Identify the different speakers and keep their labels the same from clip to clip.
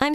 Speaker 1: I'm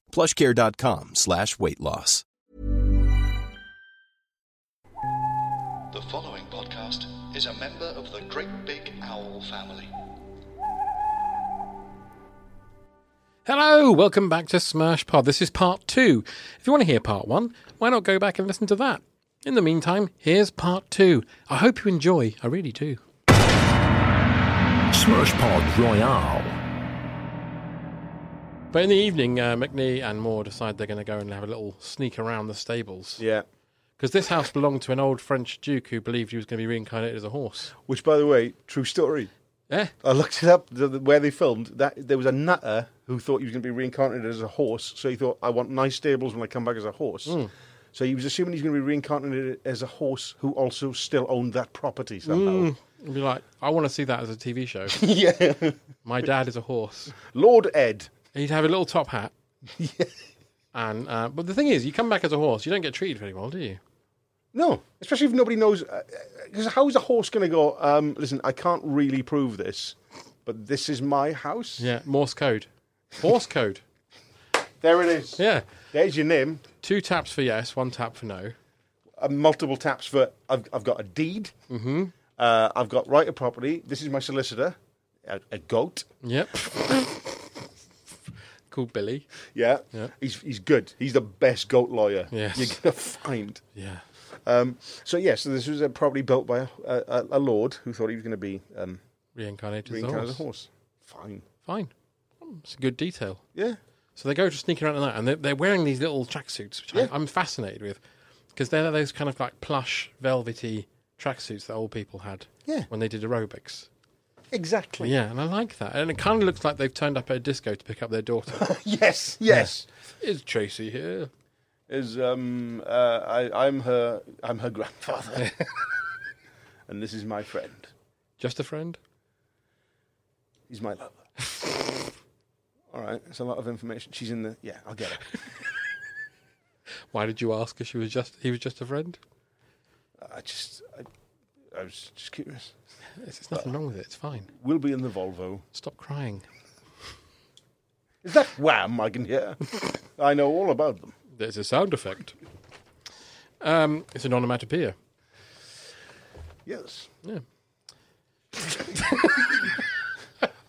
Speaker 2: Plushcare.com slash weight loss.
Speaker 3: The following podcast is a member of the Great Big Owl family.
Speaker 4: Hello, welcome back to Smash Pod. This is part two. If you want to hear part one, why not go back and listen to that? In the meantime, here's part two. I hope you enjoy. I really do.
Speaker 5: Smurshpod Royale.
Speaker 4: But in the evening, uh, McNee and Moore decide they're going to go and have a little sneak around the stables.
Speaker 6: Yeah.
Speaker 4: Because this house belonged to an old French duke who believed he was going to be reincarnated as a horse. Eh?
Speaker 6: Which, by the way, true story.
Speaker 4: Yeah.
Speaker 6: I looked it up the, the- where they filmed. That there was a nutter who thought he was going to be reincarnated as a horse, so he thought, "I want nice stables when I come back as a horse." So he was assuming he's going to be reincarnated as a horse who also still owned that property somehow.
Speaker 4: I'd be like, I want to see that as a TV show.
Speaker 6: Hmm. yeah,
Speaker 4: My dad is a horse.
Speaker 6: Lord Ed.
Speaker 4: He'd have a little top hat. And uh, but the thing is, you come back as a horse, you don't get treated very well, do you?
Speaker 6: No, especially if nobody knows. Because how is a horse going to go? Um, Listen, I can't really prove this, but this is my house.
Speaker 4: Yeah, Morse code, horse code.
Speaker 6: There it is.
Speaker 4: Yeah,
Speaker 6: There's your name.
Speaker 4: two taps for yes, one tap for no.
Speaker 6: uh, multiple taps for I've, I've got a deed, mm-hmm. uh, I've got right of property. This is my solicitor, a, a goat.
Speaker 4: Yep. Called Billy.
Speaker 6: Yeah. he's he's good. He's the best goat lawyer
Speaker 4: Yes.
Speaker 6: you're gonna find.
Speaker 4: Yeah.
Speaker 6: Um, so yeah, so this was a property built by a, a, a lord who thought he was going to be um,
Speaker 4: Reincarnated,
Speaker 6: reincarnated
Speaker 4: as
Speaker 6: as
Speaker 4: a horse.
Speaker 6: Fine.
Speaker 4: Fine. Mm, It's a good detail.
Speaker 6: Yeah.
Speaker 4: So they go to sneak around at night, and they're, they're wearing these little tracksuits, which I, I'm fascinated with, because they're those kind of like plush, velvety tracksuits that old people had
Speaker 6: Yeah.
Speaker 4: when they did aerobics.
Speaker 6: Exactly.
Speaker 4: Yeah, and I like that. And it kind of looks like they've turned up at a disco to pick up their daughter.
Speaker 6: Yes. Yes.
Speaker 4: Is Tracy here?
Speaker 6: Is um uh, I I'm her I'm her grandfather, and this is my friend.
Speaker 4: Just a friend?
Speaker 6: He's my lover. All right, it's a lot of information. She's in the yeah. I'll get it.
Speaker 4: Why did you ask if she was just he was just a friend?
Speaker 6: I just I, I was just curious.
Speaker 4: There's there's nothing wrong with it. It's fine.
Speaker 6: We'll be in the Volvo.
Speaker 4: Stop crying.
Speaker 6: Is that wham? I can hear. I know all about them.
Speaker 4: There's a sound effect. Um, it's an onomatopoeia.
Speaker 6: Yes,
Speaker 4: Yeah.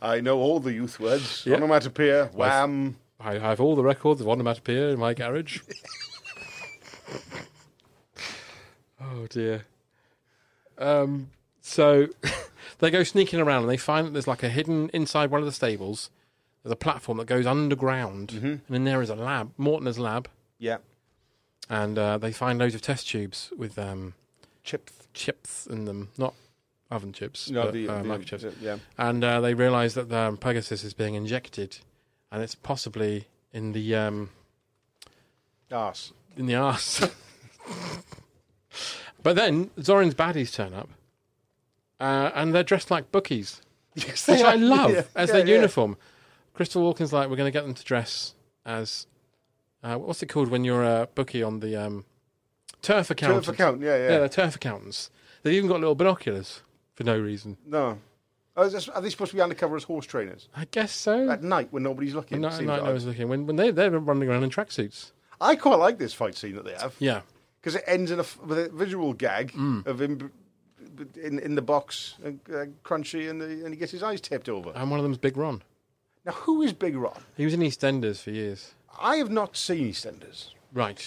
Speaker 6: I know all the youth words.
Speaker 4: Yeah.
Speaker 6: Onomatopoeia, wham.
Speaker 4: I have all the records of onomatopoeia in my garage. oh dear. Um, so they go sneaking around and they find that there's like a hidden inside one of the stables. There's a platform that goes underground, and then there is a lab, Mortimer's lab,
Speaker 6: Yeah,
Speaker 4: and uh, they find loads of test tubes with um,
Speaker 6: chips.
Speaker 4: chips in them, not oven chips,
Speaker 6: No,
Speaker 4: but,
Speaker 6: the,
Speaker 4: uh,
Speaker 6: the-
Speaker 4: microchips.
Speaker 6: the- yeah.
Speaker 4: And uh, they realise that um, Pegasus is being injected, and it's possibly in the um,
Speaker 6: Arse.
Speaker 4: in the arse. but then Zorin's baddies turn up, uh, and they're dressed like bookies,
Speaker 6: Yes,
Speaker 4: which
Speaker 6: they
Speaker 4: I
Speaker 6: are.
Speaker 4: love
Speaker 6: Yeah,
Speaker 4: as
Speaker 6: yeah,
Speaker 4: their
Speaker 6: yeah.
Speaker 4: uniform. Crystal Walken's like, we're going to get them to dress as uh, what's it called when you're a bookie on the um, turf accountant?
Speaker 6: Turf account. Yeah, yeah.
Speaker 4: Yeah, they're turf accountants. They've even got little binoculars for no reason.
Speaker 6: no. Oh, is this- are they supposed to be undercover as horse trainers
Speaker 4: I guess so.
Speaker 6: at night when nobody's looking?
Speaker 4: When I-
Speaker 6: Seems
Speaker 4: I
Speaker 6: odd.
Speaker 4: was looking when, when they they're running around in tracksuits.
Speaker 6: I quite like this fight scene that they have.
Speaker 4: Yeah,
Speaker 6: because it ends in a f with a visual gag
Speaker 4: Mm.
Speaker 6: of him b- b- in in the box and uh, crunchy and, the, and he gets his eyes tipped over.
Speaker 4: and one of them's Big Ron.
Speaker 6: now, who is Big Ron?
Speaker 4: He was in EastEnders for years.
Speaker 6: I have not seen EastEnders.
Speaker 4: Right.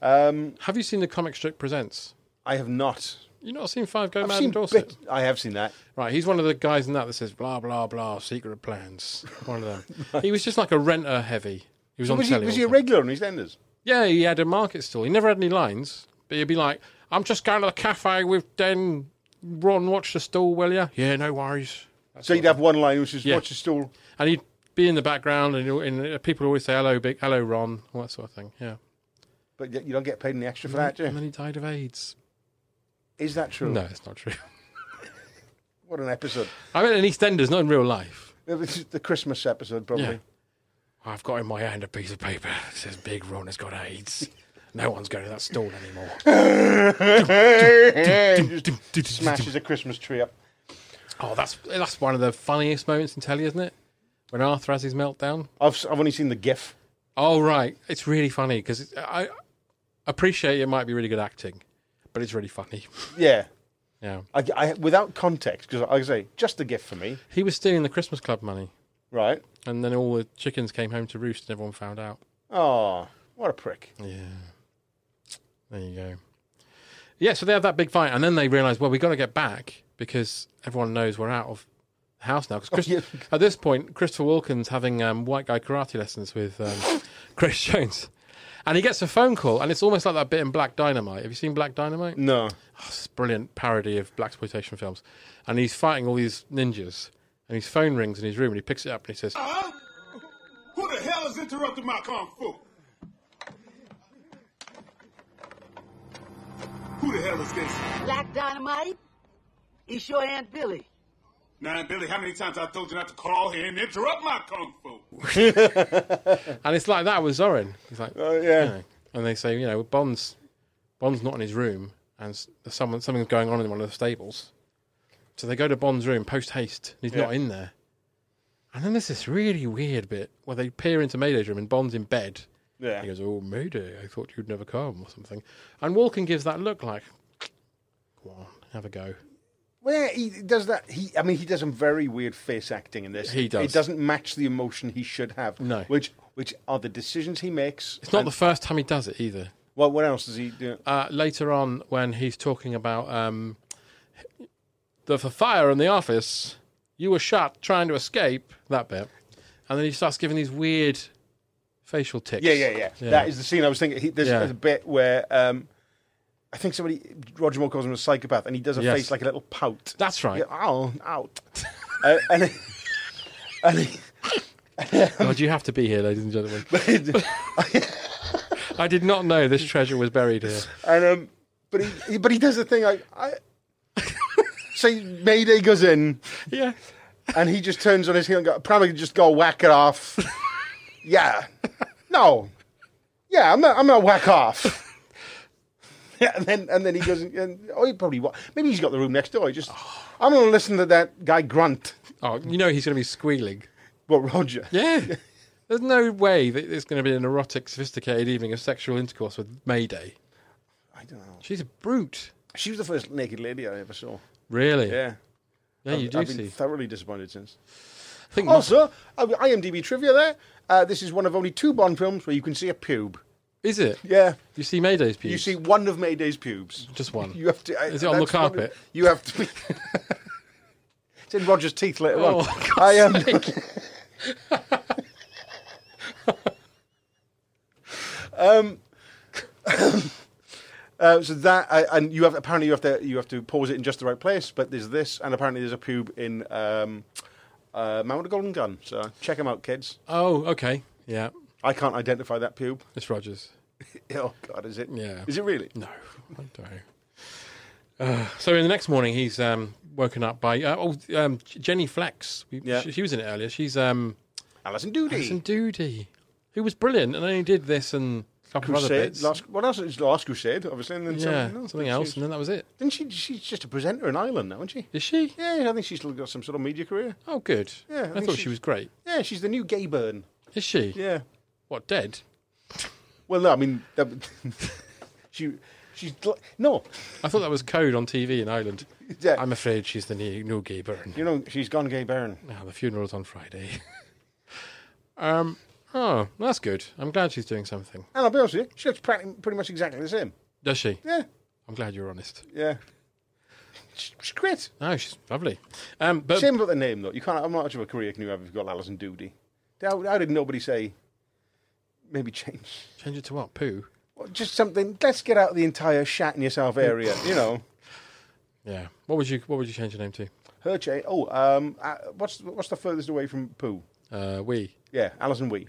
Speaker 6: Um,
Speaker 4: Have you seen the comic strip presents?
Speaker 6: I have not.
Speaker 4: You not seen Five Go
Speaker 6: I've
Speaker 4: Mad
Speaker 6: seen
Speaker 4: in Dorset?
Speaker 6: bit- I have seen that.
Speaker 4: Right, he's one of the guys in that that says blah blah blah secret plans. One of them. He was just like a renter heavy. He was on
Speaker 6: Was he,
Speaker 4: telly.
Speaker 6: was
Speaker 4: all
Speaker 6: he
Speaker 4: the
Speaker 6: a
Speaker 4: time.
Speaker 6: regular on EastEnders?
Speaker 4: Yeah, he had a market stall. He never had any lines, but he'd be like, "I'm just going to the cafe with Den. Ron, watch the stall, will you? Yeah, no worries."
Speaker 6: so you'd have one line which is
Speaker 4: Yeah.
Speaker 6: watch the stool.
Speaker 4: And he'd be in the background, and, he'll- and uh, people always say hello, big hello, Ron, all that sort of thing. Yeah.
Speaker 6: But yet you don't get paid any extra for that, do
Speaker 4: And
Speaker 6: you?
Speaker 4: then he died of AIDS.
Speaker 6: Is that true?
Speaker 4: Mm-hmm. No, it's not true.
Speaker 6: What an episode.
Speaker 4: I mean, in EastEnders, not in real life.
Speaker 6: It was the Christmas episode, probably.
Speaker 4: Yeah. I've got in my hand a piece of paper that says Big Ron has got AIDS. No one's going to that stall anymore.
Speaker 6: Just smashes a Christmas tree up.
Speaker 4: Oh, that's that's one of the funniest moments in telly, isn't it? When Arthur has his meltdown.
Speaker 6: I've, s- I've only seen the GIF.
Speaker 4: Oh, right. It's really funny because I appreciate it might be really good acting, but it's really funny.
Speaker 6: Yeah.
Speaker 4: Yeah.
Speaker 6: I, I- without context, because I say, just the GIF for me,
Speaker 4: He was stealing the Christmas Club money,
Speaker 6: right?
Speaker 4: and then all the chickens came home to roost and everyone found out.
Speaker 6: Oh, what a prick.
Speaker 4: Yeah. There you go. Yeah, so they have that big fight, and then they realise, well, we got to get back because everyone knows we're out of the house now. Because
Speaker 6: yeah.
Speaker 4: at this point, Christopher Walken's having um, white guy karate lessons with um, Chris Jones, and he gets a phone call, and it's almost like that bit in Black Dynamite. Have you seen Black Dynamite?
Speaker 6: No.
Speaker 4: It's a brilliant parody of black exploitation films, and he's fighting all these ninjas, and his phone rings in his room, and he picks it up, and he says,
Speaker 7: Huh? Who the hell is interrupting my kung fu? Who the hell is this?
Speaker 8: Black Dynamite? It's your Aunt Billy.
Speaker 7: Now, Billy, how many times I told you not to call here and interrupt my kung fu?
Speaker 4: And it's like that with Zorin. He's like,
Speaker 6: Oh, yeah.
Speaker 4: you know. And they say, you know, Bond's Bond's not in his room, and s- there's someone something's going on in one of the stables. So they go to Bond's room post haste, and he's not in there. And then there's this really weird bit where they peer into Mayday's room, and Bond's in bed.
Speaker 6: Yeah.
Speaker 4: He goes, "Oh, Mayday, I thought you'd never come," or something. And Walken gives that look like, "Go on, have a go."
Speaker 6: Well, he does that. He, I mean, he does some very weird face acting in this.
Speaker 4: He does.
Speaker 6: It doesn't match the emotion he should have.
Speaker 4: No.
Speaker 6: Which, which are the decisions he makes.
Speaker 4: It's not
Speaker 6: and-
Speaker 4: the first time he does it either.
Speaker 6: Well, what else does he do?
Speaker 4: uh, later on when he's talking about um, the, the fire in the office, you were shot trying to escape that bit, and then he starts giving these weird facial ticks.
Speaker 6: Yeah, yeah, yeah, That is the scene I was thinking. He, there's
Speaker 4: Yeah.
Speaker 6: a bit where um, I think somebody Roger Moore calls him a psychopath, and he does a
Speaker 4: Yes.
Speaker 6: face like a little pout.
Speaker 4: That's right.
Speaker 6: Yeah, ow, out. uh, and it- and it-
Speaker 4: God, you have to be here, ladies and gentlemen. I did not know this treasure was buried here.
Speaker 6: and um, but he, he but he does the thing like I. Say Mayday goes in,
Speaker 4: Yeah,
Speaker 6: and he just turns on his heel and go, probably just go whack it off. yeah, no, yeah, I'm not, I'm not whack off. Yeah, and then and then he goes and, and oh, he probably wa- maybe he's got the room next door. He just I'm gonna listen to that guy grunt.
Speaker 4: oh, you know he's going to be squealing.
Speaker 6: Well, Roger,
Speaker 4: Yeah. There's no way that it's going to be an erotic, sophisticated evening of sexual intercourse with Mayday.
Speaker 6: I don't know.
Speaker 4: She's a brute.
Speaker 6: She was the first naked lady I ever saw.
Speaker 4: Really?
Speaker 6: Yeah,
Speaker 4: Yeah, you
Speaker 6: I've,
Speaker 4: do
Speaker 6: I've been
Speaker 4: see.
Speaker 6: thoroughly disappointed since.
Speaker 4: I think
Speaker 6: Also, uh, IMDb trivia there. Uh, this is one of only two Bond films where you can see a pube.
Speaker 4: Is it?
Speaker 6: Yeah,
Speaker 4: You see Mayday's pubes.
Speaker 6: you see one of Mayday's pubes.
Speaker 4: just one.
Speaker 6: You have to. I-
Speaker 4: Is it on the
Speaker 6: that's one of-
Speaker 4: carpet?
Speaker 6: you have to. Be, it's in Roger's teeth later
Speaker 4: Oh,
Speaker 6: on.
Speaker 4: for
Speaker 6: I am. um. uh, so that I, and you have apparently you have to you have to pause it in just the right place. But there's this, and apparently there's a pube in um, uh, Man with a Golden Gun. So check them out, kids.
Speaker 4: Oh, okay. Yeah,
Speaker 6: I can't identify that pube.
Speaker 4: it's Rogers.
Speaker 6: Oh God, is it?
Speaker 4: Yeah.
Speaker 6: Is it really?
Speaker 4: No, I don't. Uh, so in the next morning, he's um, woken up by uh, oh um, J- Jenny Flex. We,
Speaker 6: Yeah.
Speaker 4: she, she was in it earlier. She's um,
Speaker 6: Alison Doody.
Speaker 4: Alison Doody, who was brilliant, and only did this and a couple of other
Speaker 6: Crusade.
Speaker 4: bits.
Speaker 6: Last, what else? It's Last Crusade, obviously, and then
Speaker 4: yeah,
Speaker 6: something else.
Speaker 4: something
Speaker 6: She
Speaker 4: else,
Speaker 6: was-
Speaker 4: and then that was it.
Speaker 6: Didn't she? She's just a presenter in Ireland now, isn't she?
Speaker 4: Is she?
Speaker 6: Yeah, I think she's still got some sort of media career.
Speaker 4: Oh, good.
Speaker 6: Yeah, I
Speaker 4: I,
Speaker 6: think
Speaker 4: thought
Speaker 6: she-
Speaker 4: she was great.
Speaker 6: Yeah, she's the new gay burn.
Speaker 4: Is she?
Speaker 6: Yeah.
Speaker 4: What dead?
Speaker 6: Well, no, I mean, that, she, she's gl- no,
Speaker 4: I thought that was code on TV in Ireland.
Speaker 6: Yeah.
Speaker 4: I'm afraid she's the new, new gay burn. Ah,
Speaker 6: you know, she's gone gay burn.
Speaker 4: Now the funeral's on Friday. um, Oh, that's good. I'm glad she's doing something.
Speaker 6: And I'll be honest with you, she looks pretty, pretty much exactly the same.
Speaker 4: Does she?
Speaker 6: Yeah,
Speaker 4: I'm glad you're honest.
Speaker 6: yeah. She- She's great.
Speaker 4: No, she's lovely. Um, but
Speaker 6: Shame about the name though. You can't. I'm not much of a career can you have if you've got Alison Doody. How, how did nobody say? Maybe change.
Speaker 4: change it to what? Poo.
Speaker 6: Well, Just something. Let's get out of the entire shat in yourself area. You know,
Speaker 4: Yeah. What would you What would you change your name to?
Speaker 6: her cha- Oh, um, uh, what's what's the furthest away from poo?
Speaker 4: Uh, we.
Speaker 6: Yeah, Alison Wee.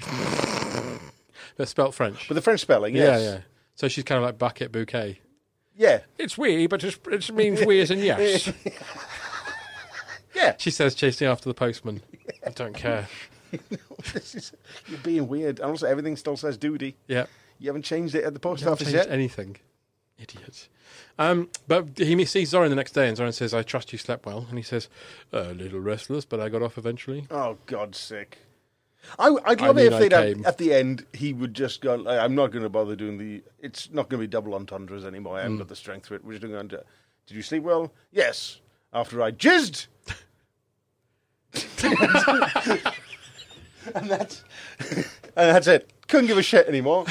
Speaker 4: That's spelt French.
Speaker 6: But the French spelling, yes.
Speaker 4: Yeah, yeah. So she's kind of like bucket bouquet.
Speaker 6: yeah,
Speaker 4: It's we, but it's, it means we as in yes.
Speaker 6: yeah.
Speaker 4: she says, chasing after the postman. I don't care.
Speaker 6: this is you're being weird. And also, everything still says Doody.
Speaker 4: Yeah.
Speaker 6: You haven't changed it at the post
Speaker 4: You haven't
Speaker 6: office
Speaker 4: changed
Speaker 6: yet.
Speaker 4: anything. Idiot. Um, but he sees Zoran the next day, and Zoran says, I trust you slept well. And he says, A little restless, but I got off eventually.
Speaker 6: oh God's sake! I, would
Speaker 4: I
Speaker 6: love
Speaker 4: mean,
Speaker 6: it
Speaker 4: I
Speaker 6: if they'd
Speaker 4: came.
Speaker 6: have, at the end he would just go. "I- I'm not going to bother doing the. It's not going to be double entendres anymore. I
Speaker 4: Mm.
Speaker 6: haven't got the strength for it. We're just going to. Did you sleep well? Yes. After I jizzed. and that's and that's it. Couldn't give a shit anymore.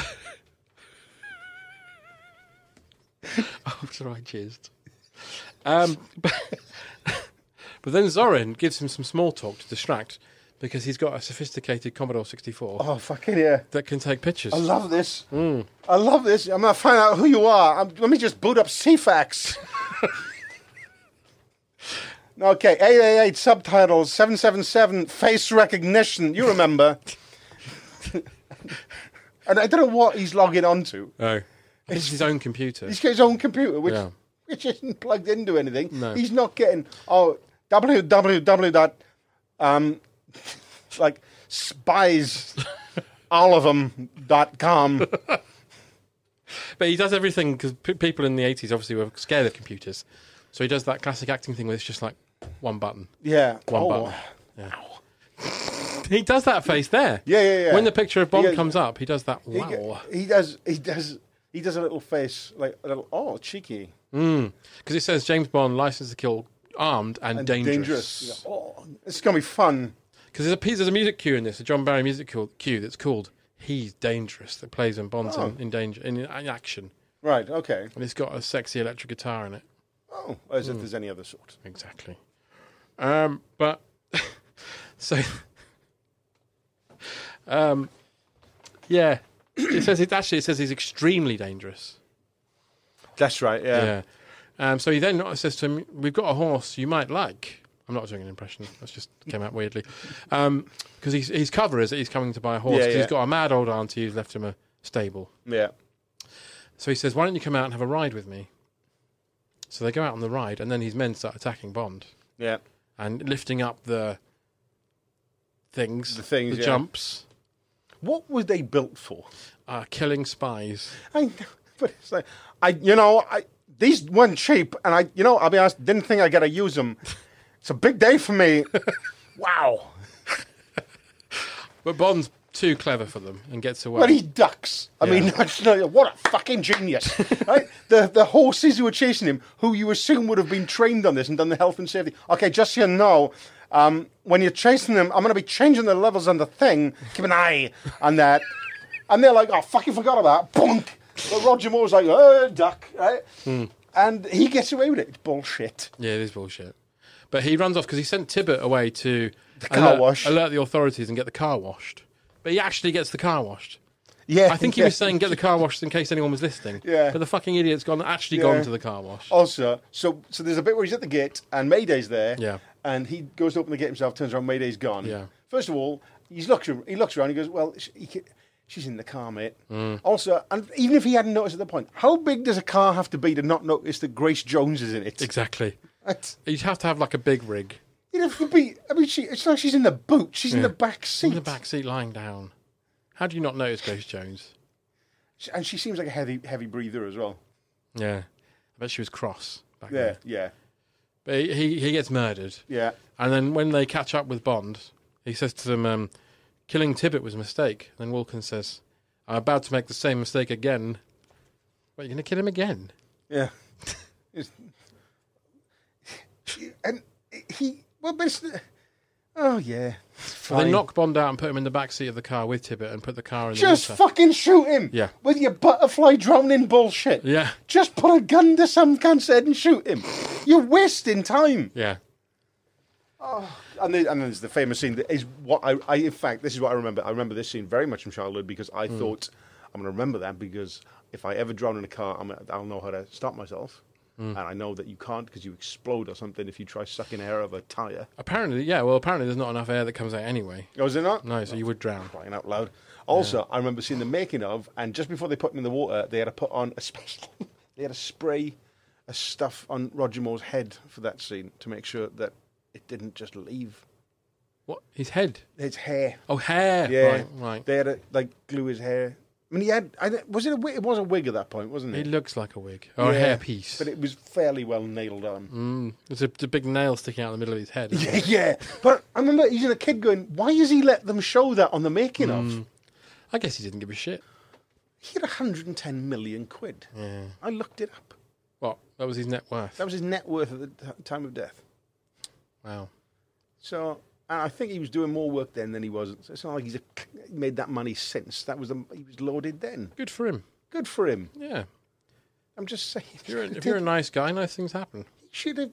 Speaker 6: Oh,
Speaker 4: After I jizzed. Um, but, but then Zoran gives him some small talk to distract because he's got a sophisticated Commodore 64
Speaker 6: Oh fucking yeah.
Speaker 4: that can take pictures.
Speaker 6: I love this. I love this. I'm gonna find out who you are. I'm, let me just boot up CFAX. okay, eight eight eight subtitles, seven seven seven face recognition. You remember? and I don't know what he's logging onto.
Speaker 4: Oh. It's his own computer.
Speaker 6: He's got his own computer, which
Speaker 4: Yeah.
Speaker 6: which isn't plugged into anything.
Speaker 4: No.
Speaker 6: He's not getting oh www dot um like spies all of them dot com.
Speaker 4: But he does everything because p- people in the 80s obviously were scared of computers. So he does that classic acting thing where it's just like one button.
Speaker 6: Yeah.
Speaker 4: One
Speaker 6: oh.
Speaker 4: button. He does that face there.
Speaker 6: Yeah, yeah, yeah.
Speaker 4: When the picture of Bob
Speaker 6: He goes-
Speaker 4: comes up, he does that
Speaker 6: He,
Speaker 4: wow.
Speaker 6: he does. He does. He does a little face, like a little, oh, cheeky,
Speaker 4: Because it says James Bond, licensed to kill, armed and,
Speaker 6: You
Speaker 4: dangerous.
Speaker 6: go, oh, it's gonna be fun.
Speaker 4: Because there's a piece, there's a music cue in this, a John Barry music cue, cue that's called "He's Dangerous" that plays when Bond's
Speaker 6: Oh.
Speaker 4: in, in danger in, in action,
Speaker 6: Right. Okay.
Speaker 4: and it's got a sexy electric guitar in it.
Speaker 6: Oh, as
Speaker 4: Hmm.
Speaker 6: if there's any other sort.
Speaker 4: Exactly. Um, but so, um, yeah, it says it actually it says he's extremely dangerous.
Speaker 6: That's right. Yeah.
Speaker 4: Yeah. Um, so he then says to him, "We've got a horse you might like." I'm not doing an impression. That just came out weirdly. Because he's, his cover is that he's coming to buy a horse.
Speaker 6: Yeah,
Speaker 4: 'cause
Speaker 6: yeah.
Speaker 4: He's got a mad old auntie who's left him a stable.
Speaker 6: Yeah.
Speaker 4: So he says, "Why don't you come out and have a ride with me?" So they go out on the ride, and then his men start attacking Bond
Speaker 6: Yeah.
Speaker 4: and lifting up the things,
Speaker 6: The things,
Speaker 4: the
Speaker 6: yeah.
Speaker 4: jumps,
Speaker 6: What were they built for?
Speaker 4: uh, killing spies.
Speaker 6: I know, but it's like I, you know, I these weren't cheap, and I, you know, I'll be honest, didn't think I gotta use them. It's a big day for me. wow.
Speaker 4: But Bond's too clever for them and gets away.
Speaker 6: But he ducks. I mean, that's not- what a fucking genius! right? The the horses who were chasing him, who you assume would have been trained on this and done the health and safety. Okay, just so you know, um, when you're chasing them, I'm going to be changing the levels on the thing. Keep an eye on that. And they're like, "Oh, fucking forgot about that." Bonk. But Roger Moore's like, "Oh, duck!" Right?
Speaker 4: Hmm.
Speaker 6: And he gets away with it. It's bullshit.
Speaker 4: Yeah, it is bullshit. But he runs off because he sent Tibbet away to
Speaker 6: car
Speaker 4: alert,
Speaker 6: wash.
Speaker 4: alert the authorities and get the car washed. But he actually gets the car washed.
Speaker 6: Yeah,
Speaker 4: I think he was saying get the car washed in case anyone was listening.
Speaker 6: Yeah.
Speaker 4: But the fucking idiot's gone actually
Speaker 6: Yeah. Oh.
Speaker 4: gone to the car wash.
Speaker 6: Also, so so there's a bit where he's at the gate and Mayday's there.
Speaker 4: Yeah.
Speaker 6: And he goes to open the gate himself, turns around, Mayday's gone.
Speaker 4: Yeah.
Speaker 6: First of all, he's looks he looks around, he goes, well, sh- he ca she's in the car, mate.
Speaker 4: Mm.
Speaker 6: Also, and even if he hadn't noticed at the point, how big does a car have to be to not notice that Grace Jones is in it?
Speaker 4: Exactly.
Speaker 6: That's-
Speaker 4: You'd have to have like a big rig
Speaker 6: You'd have to be. I mean, she, it's like she's in the boot. She's in the back seat,
Speaker 4: in the back seat lying down. How do you not notice Grace Jones?
Speaker 6: She- and she seems like a heavy, heavy breather as well.
Speaker 4: Yeah. I bet she was cross back
Speaker 6: Yeah,
Speaker 4: then.
Speaker 6: yeah,
Speaker 4: But he, he, he gets murdered.
Speaker 6: yeah.
Speaker 4: And then when they catch up with Bond, he says to them, um, "Killing Tibbet was a mistake." Then Wilkins says, "I'm about to make the same mistake again." Wait, you're going to kill him again?
Speaker 6: Yeah. It's- and he well, but it's, Oh yeah. It's
Speaker 4: Well, They
Speaker 6: fine.
Speaker 4: knock Bond out and put him in the back seat of the car with Tibbet and put the car in the
Speaker 6: Just
Speaker 4: water.
Speaker 6: fucking shoot him.
Speaker 4: Yeah.
Speaker 6: With your butterfly drowning bullshit.
Speaker 4: Yeah.
Speaker 6: Just put a gun to some cunt's head and shoot him. You're wasting time.
Speaker 4: yeah.
Speaker 6: And, the, and there's the famous scene that is what I, I, in fact, this is what I remember. I remember this scene very much from childhood because I thought I'm going to remember that because if I ever drown in a car, I'm, gonna- I'll know how to stop myself. And I know that you can't because you explode or something if you try sucking air out of a tire.
Speaker 4: Apparently, yeah. Well, apparently there's not enough air that comes out anyway.
Speaker 6: Oh, is it not?
Speaker 4: No, so you would drown.
Speaker 6: Crying out loud. Also, I remember seeing the making of, and just before they put him in the water, they had to put on a special. they had to spray a stuff on Roger Moore's head for that scene to make sure that it didn't just leave
Speaker 4: What? His head?
Speaker 6: his hair.
Speaker 4: Oh, hair.
Speaker 6: Yeah,
Speaker 4: Right, right.
Speaker 6: They had to like glue his hair. I mean, he had. I, don't- was it a wig? It was a wig at that point, wasn't
Speaker 4: It
Speaker 6: it?
Speaker 4: looks like a wig or
Speaker 6: Yeah,
Speaker 4: a hairpiece.
Speaker 6: but it was fairly well nailed on.
Speaker 4: Mm. There's a, a big nail sticking out in the middle of his head. isn't
Speaker 6: Yeah,
Speaker 4: there?
Speaker 6: yeah. But I remember even a kid going, "Why has he let them show that on the making of?"
Speaker 4: Mm. I guess he didn't give a shit.
Speaker 6: He had 110 million quid. I looked it up.
Speaker 4: What? That was his net worth.
Speaker 6: That was his net worth at the t- time of death.
Speaker 4: wow.
Speaker 6: So and I think he was doing more work then than he was. So it's not like he's a, he made that money since. That was the, he was loaded then.
Speaker 4: Good for him.
Speaker 6: Good for him.
Speaker 4: Yeah.
Speaker 6: I'm just saying.
Speaker 4: If you're, a- if you're a nice guy, nice things happen.
Speaker 6: he should have.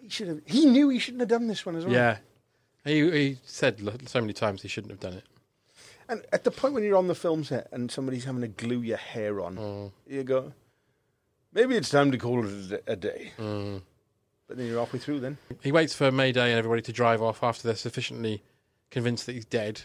Speaker 6: He should have. He knew he shouldn't have done this one as well.
Speaker 4: Yeah. He, he said lo- so many times he shouldn't have done it.
Speaker 6: And at the point when you're on the film set and somebody's having to glue your hair on,
Speaker 4: Mm.
Speaker 6: you go, maybe it's time to call it a d- a day.
Speaker 4: Mm.
Speaker 6: But then you're halfway through. Then
Speaker 4: He waits for Mayday and everybody to drive off after they're sufficiently convinced that he's dead.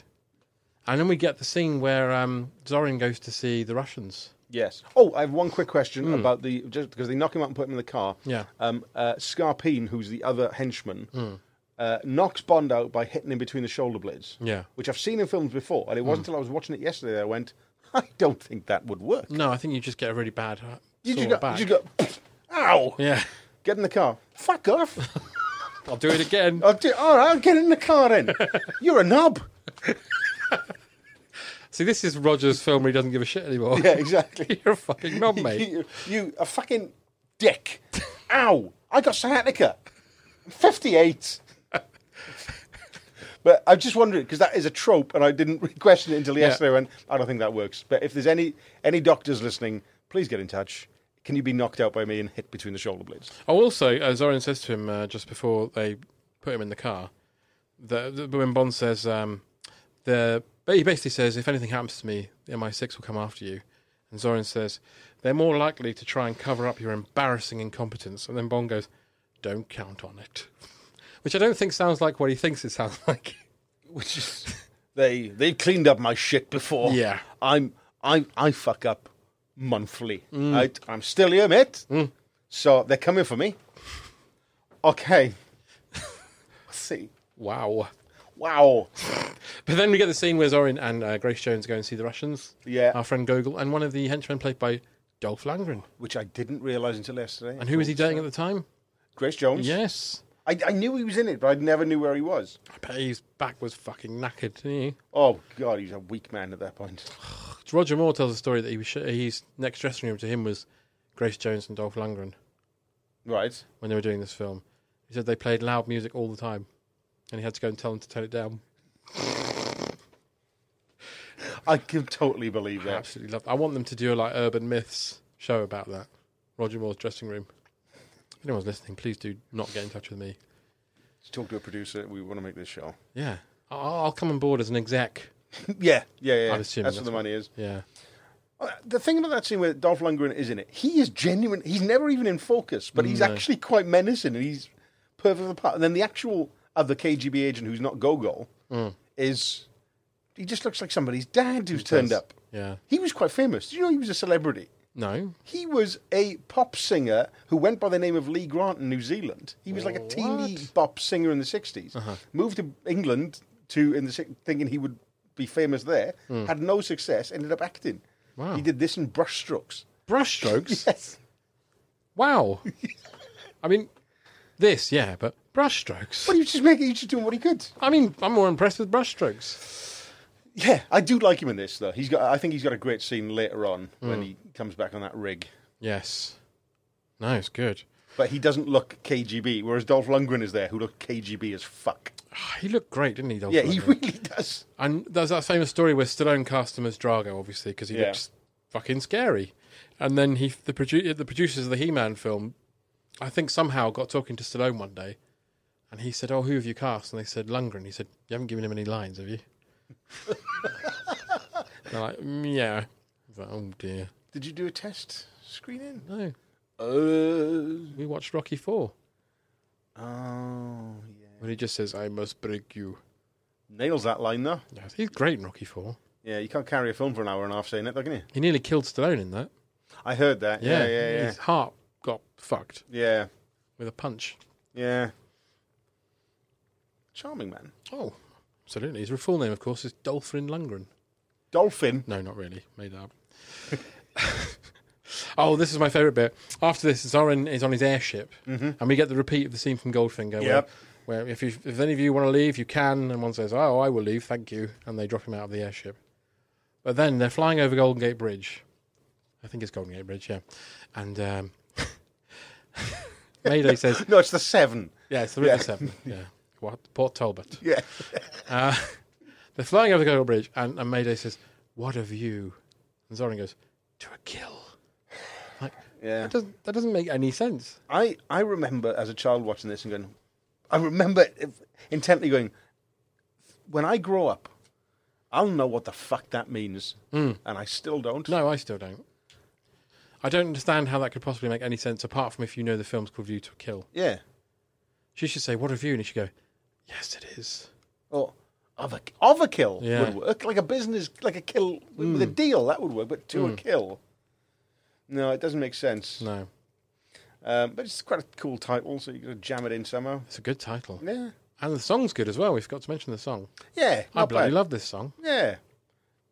Speaker 4: And then we get the scene where um, Zorin goes to see the Russians.
Speaker 6: yes. Oh, I have one quick question about the just because they knock him out and put him in the car.
Speaker 4: Mm. Yeah. Mm.
Speaker 6: Um, uh, Scarpine, who's the other henchman, uh, knocks Bond out by hitting him between the shoulder blades.
Speaker 4: Yeah. Mm.
Speaker 6: Which I've seen in films before, and it wasn't until I was watching it yesterday that I went, I don't think that would work.
Speaker 4: No, I think you just get a really bad. uh,
Speaker 6: You
Speaker 4: sore
Speaker 6: just go,
Speaker 4: back.
Speaker 6: you just go, ow!
Speaker 4: Yeah.
Speaker 6: Get in the car. Fuck off.
Speaker 4: I'll do it again.
Speaker 6: I'll do, all right, I'll get in the car then. You're a knob.
Speaker 4: See, this is Roger's film where he doesn't give a shit anymore.
Speaker 6: Yeah, exactly.
Speaker 4: You're a fucking knob, mate.
Speaker 6: you, you a fucking dick. Ow! I got sciatica. I'm 58. but I'm just wondering because that is a trope, and I didn't really question it until yesterday. When I don't think that works. But if there's any any doctors listening, please get in touch. Can you be knocked out by me and hit between the shoulder blades?
Speaker 4: Oh, also, uh, Zorin says to him uh, just before they put him in the car that, that when Bond says, um, the, but he basically says, if anything happens to me, the MI6 will come after you. And Zorin says, they're more likely to try and cover up your embarrassing incompetence. And then Bond goes, don't count on it. Which I don't think sounds like what he thinks it sounds like.
Speaker 6: Which is they they cleaned up my shit before.
Speaker 4: Yeah.
Speaker 6: I'm I I fuck up monthly. I, I'm still here, mate.
Speaker 4: Mm.
Speaker 6: So they're coming for me. Okay. Let's see.
Speaker 4: Wow.
Speaker 6: Wow.
Speaker 4: But then we get the scene where Zorin and uh, Grace Jones go and see the Russians.
Speaker 6: Yeah.
Speaker 4: Our friend Gogol and one of the henchmen played by Dolph Langren.
Speaker 6: Which I didn't realise until yesterday.
Speaker 4: And who was he dating at the time?
Speaker 6: Grace Jones.
Speaker 4: Yes.
Speaker 6: I, I knew he was in it, but I never knew where he was.
Speaker 4: I bet his back was fucking knackered. Didn't he?
Speaker 6: Oh God, he's a weak man at that point.
Speaker 4: Roger Moore tells a story that he was sh- his next dressing room to him was Grace Jones and Dolph Lundgren
Speaker 6: Right.
Speaker 4: when they were doing this film. He said they played loud music all the time, and he had to go and tell them to tone it down.
Speaker 6: I can totally believe
Speaker 4: I
Speaker 6: that.
Speaker 4: absolutely love. I want them to do a like urban myths show about that. Roger Moore's dressing room. If anyone's listening, please do not get in touch with me.
Speaker 6: Let's talk to a producer. We want to make this show.
Speaker 4: Yeah, I- I'll, I'll come on board as an exec.
Speaker 6: yeah, yeah, yeah.
Speaker 4: I'd assume
Speaker 6: that's,
Speaker 4: that's
Speaker 6: what the
Speaker 4: what-
Speaker 6: money is.
Speaker 4: Yeah,
Speaker 6: Uh, The thing about that scene where Dolph Lundgren is in it, he is genuine. He's never even in focus, but he's actually quite menacing and he's perfect for the part. And then the actual other KGB agent who's not Gogol is he just looks like somebody's dad who's turned up.
Speaker 4: yeah.
Speaker 6: He was quite famous. Did you know he was a celebrity?
Speaker 4: No,
Speaker 6: He was a pop singer who went by the name of Lee Grant in New Zealand. He was like a teeny pop singer in the 60s. Moved to England to in the si- thinking he would be famous there. Had no success, ended up acting.
Speaker 4: Wow.
Speaker 6: He did this in brushstrokes.
Speaker 4: brushstrokes.
Speaker 6: Yes.
Speaker 4: Wow. I mean, this, yeah, but brushstrokes.
Speaker 6: But he was just making, he was just doing what he could.
Speaker 4: I mean, I'm more impressed with brushstrokes.
Speaker 6: Yeah, I do like him in this though. He's got, I think he's got a great scene later on when he comes back on that rig.
Speaker 4: Yes. No, it's good.
Speaker 6: But he doesn't look KGB, whereas Dolph Lundgren is there, who looked KGB as fuck.
Speaker 4: Ah, He looked great, didn't he? Dolph
Speaker 6: Yeah, he
Speaker 4: Lundgren?
Speaker 6: really does.
Speaker 4: And there's that famous story where Stallone cast him as Drago, obviously, because he
Speaker 6: Yeah.
Speaker 4: looks fucking scary. And then he, the, produ- the producers of the He-Man film, I think somehow got talking to Stallone one day, and he said, "Oh, who have you cast?" And they said Lundgren. He said, "You haven't given him any lines, have you?" They're like, "Mm, "Yeah." He's like, oh dear.
Speaker 6: Did you do a test screening?
Speaker 4: No,
Speaker 6: Uh,
Speaker 4: we watched Rocky Four,
Speaker 6: oh, yeah.
Speaker 4: when he just says, "I must break you."
Speaker 6: Nails that line though.
Speaker 4: Yes, he's great in Rocky Four.
Speaker 6: Yeah, you can't carry a film for an hour and a half saying it, though, can you?
Speaker 4: He nearly killed Stallone in that.
Speaker 6: I heard that. Yeah, yeah, yeah,
Speaker 4: His heart got fucked
Speaker 6: yeah,
Speaker 4: with a punch.
Speaker 6: yeah. Charming man.
Speaker 4: Oh, absolutely. His full name, of course, is Dolphin Lundgren.
Speaker 6: Dolphin.
Speaker 4: No, not really. Made that up. oh, this is my favourite bit. After this, Zorin is on his airship, and we get the repeat of the scene from Goldfinger.
Speaker 6: Yep.
Speaker 4: Where, where if, you, if any of you want to leave, you can, and one says, "Oh, I will leave, thank you," and they drop him out of the airship. But then they're flying over Golden Gate Bridge. I think it's Golden Gate Bridge, yeah. And um, Mayday says,
Speaker 6: No, it's the seven.
Speaker 4: "Yeah, it's the River Severn. Yeah, what Port Talbot."
Speaker 6: Yeah.
Speaker 4: Uh, they're flying over the Golden Bridge, and, and Mayday says, "What of you?" And Zorin goes, "To a kill." Like
Speaker 6: Yeah.
Speaker 4: that doesn't that doesn't make any sense.
Speaker 6: I, I remember as a child watching this and going, I remember if- intently going, when I grow up, I'll know what the fuck that means. And I still don't.
Speaker 4: No, I still don't. I don't understand how that could possibly make any sense apart from if you know the film's called View to a Kill.
Speaker 6: Yeah.
Speaker 4: She should say, "What of you?" and he should go, "Yes, it is."
Speaker 6: Or of a, of a kill
Speaker 4: Yeah. Mm.
Speaker 6: would work. Like a business, like a kill with with a deal, that would work. But to a kill, no, it doesn't make sense.
Speaker 4: No,
Speaker 6: Um, but it's quite a cool title, so you got to jam it in somehow.
Speaker 4: it's a good title,
Speaker 6: Yeah.
Speaker 4: and the song's good as well. We forgot to mention the song.
Speaker 6: Yeah.
Speaker 4: I
Speaker 6: not
Speaker 4: bloody
Speaker 6: bad.
Speaker 4: love this song.
Speaker 6: Yeah.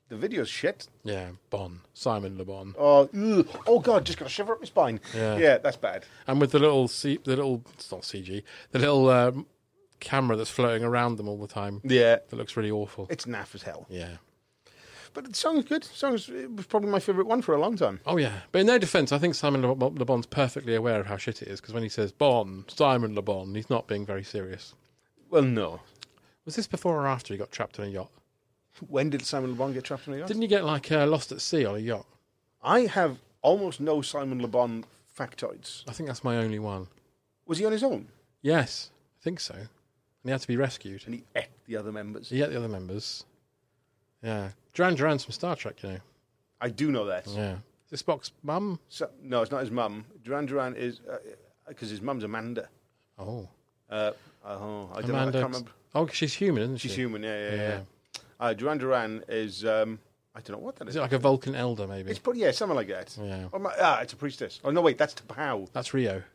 Speaker 6: The video's shit.
Speaker 4: Yeah, Bon Simon Le Bon,
Speaker 6: Oh, ugh. oh God, just got a shiver up my spine.
Speaker 4: Yeah.
Speaker 6: yeah that's bad.
Speaker 4: and with the little C, the little it's not CG, the little um, camera that's floating around them all the time.
Speaker 6: Yeah.
Speaker 4: That looks really awful.
Speaker 6: It's naff as hell.
Speaker 4: Yeah.
Speaker 6: But the song's good. The song's it was probably my favourite one for a long time.
Speaker 4: Oh, yeah. But in their defence, I think Simon Le, Le Bon's perfectly aware of how shit it is because when he says Bon, Simon Le Bon, he's not being very serious.
Speaker 6: Well, no.
Speaker 4: Was this before or after he got trapped on a yacht?
Speaker 6: When did Simon Le Bon get trapped in New York?
Speaker 4: Didn't he get like uh, lost at sea on a yacht?
Speaker 6: I have almost no Simon Le Bon factoids.
Speaker 4: I think that's my only one.
Speaker 6: Was he on his own?
Speaker 4: Yes, I think so. And he had to be rescued.
Speaker 6: And he ate the other members.
Speaker 4: He had the other members. Yeah. Duran Duran's from Star Trek, you know.
Speaker 6: I do know that.
Speaker 4: Yeah. Is this Spock's mum?
Speaker 6: So, no, it's not his mum. Duran Duran is because his mum's Amanda.
Speaker 4: Oh.
Speaker 6: Uh, oh, I don't know. I
Speaker 4: Amanda.
Speaker 6: can't remember.
Speaker 4: Oh, she's human, isn't she?
Speaker 6: She's human. Yeah, yeah,
Speaker 4: Yeah.
Speaker 6: yeah. Uh, Duran Duran is. Um, I don't know what that is.
Speaker 4: Is it like a Vulcan elder, maybe?
Speaker 6: It's probably yeah, something like that.
Speaker 4: Yeah.
Speaker 6: Or my, ah, it's a priestess. Oh no, wait, that's Tapau.
Speaker 4: That's Rio.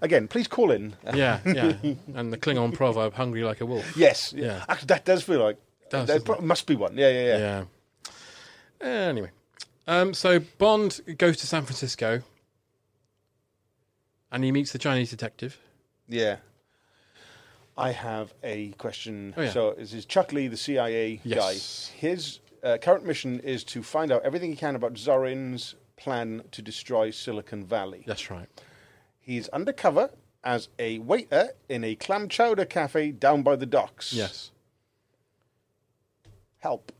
Speaker 6: Again, please call in.
Speaker 4: Yeah, yeah. and the Klingon proverb, hungry like a wolf.
Speaker 6: Yes.
Speaker 4: Yeah.
Speaker 6: Actually, that does feel like
Speaker 4: does,
Speaker 6: there
Speaker 4: doesn't
Speaker 6: pro- must be one. Yeah, yeah, yeah.
Speaker 4: Yeah. Anyway. Um, so Bond goes to San Francisco and he meets the Chinese detective.
Speaker 6: Yeah. I have a question.
Speaker 4: Oh, yeah.
Speaker 6: So, this is Chuck Lee, the CIA
Speaker 4: Yes.
Speaker 6: guy. His uh, current mission is to find out everything he can about Zorin's plan to destroy Silicon Valley.
Speaker 4: That's right.
Speaker 6: He's undercover as a waiter in a clam chowder cafe down by the docks.
Speaker 4: Yes.
Speaker 6: Help.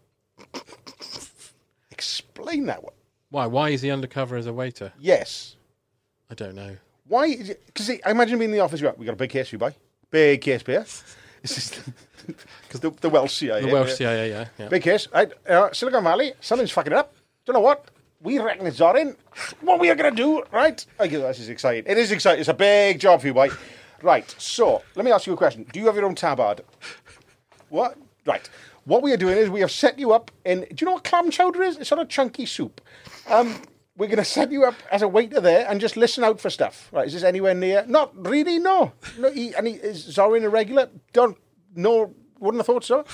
Speaker 6: Explain that one.
Speaker 4: Why? Why is he undercover as a waiter?
Speaker 6: Yes.
Speaker 4: I don't know.
Speaker 6: Why is it? Because I imagine being in the office, you're like, we got a big case for you, boy. Big case, beer. It's just because the, the Welsh CIA.
Speaker 4: The Welsh
Speaker 6: yeah.
Speaker 4: CIA, yeah. yeah.
Speaker 6: Big case. Right, uh, Silicon Valley, something's fucking up. Don't know what. We reckon it's Zorin. What we are going to do, right? I guess this is exciting. It is exciting. It's a big job for you, boy. Right. So, let me ask you a question. Do you have your own tabard? What? Right. What we are doing is we have set you up in. Do you know what clam chowder is? It's sort of chunky soup. Um, we're going to set you up as a waiter there and just listen out for stuff. Right? Is this anywhere near? Not really. No. No. He, and he is Zorin a regular? Don't. No. Wouldn't have thought so.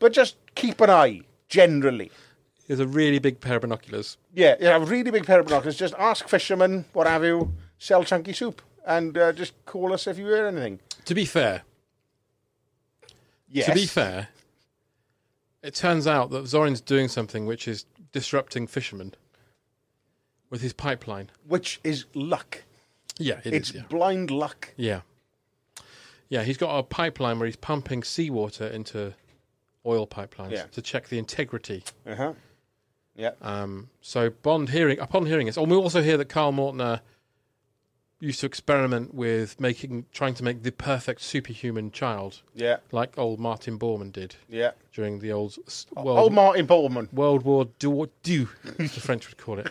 Speaker 6: But just keep an eye generally.
Speaker 4: He has a really big pair of binoculars.
Speaker 6: Yeah. yeah a really big pair of binoculars. Just ask fishermen, what have you, sell chunky soup, and uh, just call us if you hear anything.
Speaker 4: To be fair,
Speaker 6: Yes.
Speaker 4: to be fair, it turns out that Zorin's doing something which is disrupting fishermen with his pipeline.
Speaker 6: Which is luck.
Speaker 4: Yeah, it is,
Speaker 6: it's
Speaker 4: Yeah.
Speaker 6: blind luck.
Speaker 4: yeah. Yeah, he's got a pipeline where he's pumping seawater into oil pipelines
Speaker 6: Yeah.
Speaker 4: to check the integrity.
Speaker 6: Uh huh. Yeah.
Speaker 4: Um, so Bond hearing upon hearing this, and we also hear that Carl Mortner used to experiment with making trying to make the perfect superhuman child,
Speaker 6: Yeah.
Speaker 4: like old Martin Bormann did
Speaker 6: Yeah.
Speaker 4: during the old s- world,
Speaker 6: Old Martin Borman.
Speaker 4: World War Du, Du as the French would call it.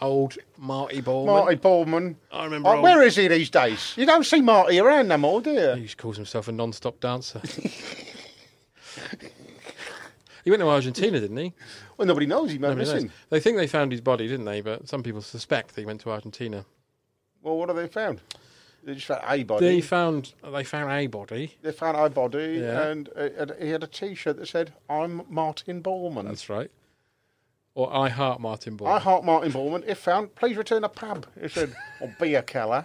Speaker 4: Old Marty Bormann.
Speaker 6: Marty Borman.
Speaker 4: I remember.
Speaker 6: Oh,
Speaker 4: old-
Speaker 6: where is he these days? You don't see Marty around no more, do you?
Speaker 4: He just calls himself a non-stop dancer. he went to Argentina, didn't he?
Speaker 6: Well, nobody knows. He's not
Speaker 4: Nobody knows.
Speaker 6: missing.
Speaker 4: They think they found his body, didn't they? But some people suspect that he went to Argentina.
Speaker 6: Well, what have they found? They just found a body.
Speaker 4: They
Speaker 6: They,
Speaker 4: found they found a body.
Speaker 6: found a body,
Speaker 4: Yeah.
Speaker 6: and uh, and he had a T-shirt that said, "I'm Martin Borman."
Speaker 4: That's right. Or I heart Martin Ball.
Speaker 6: I heart Martin Borman. If found, please return a pub. He said, or beer keller.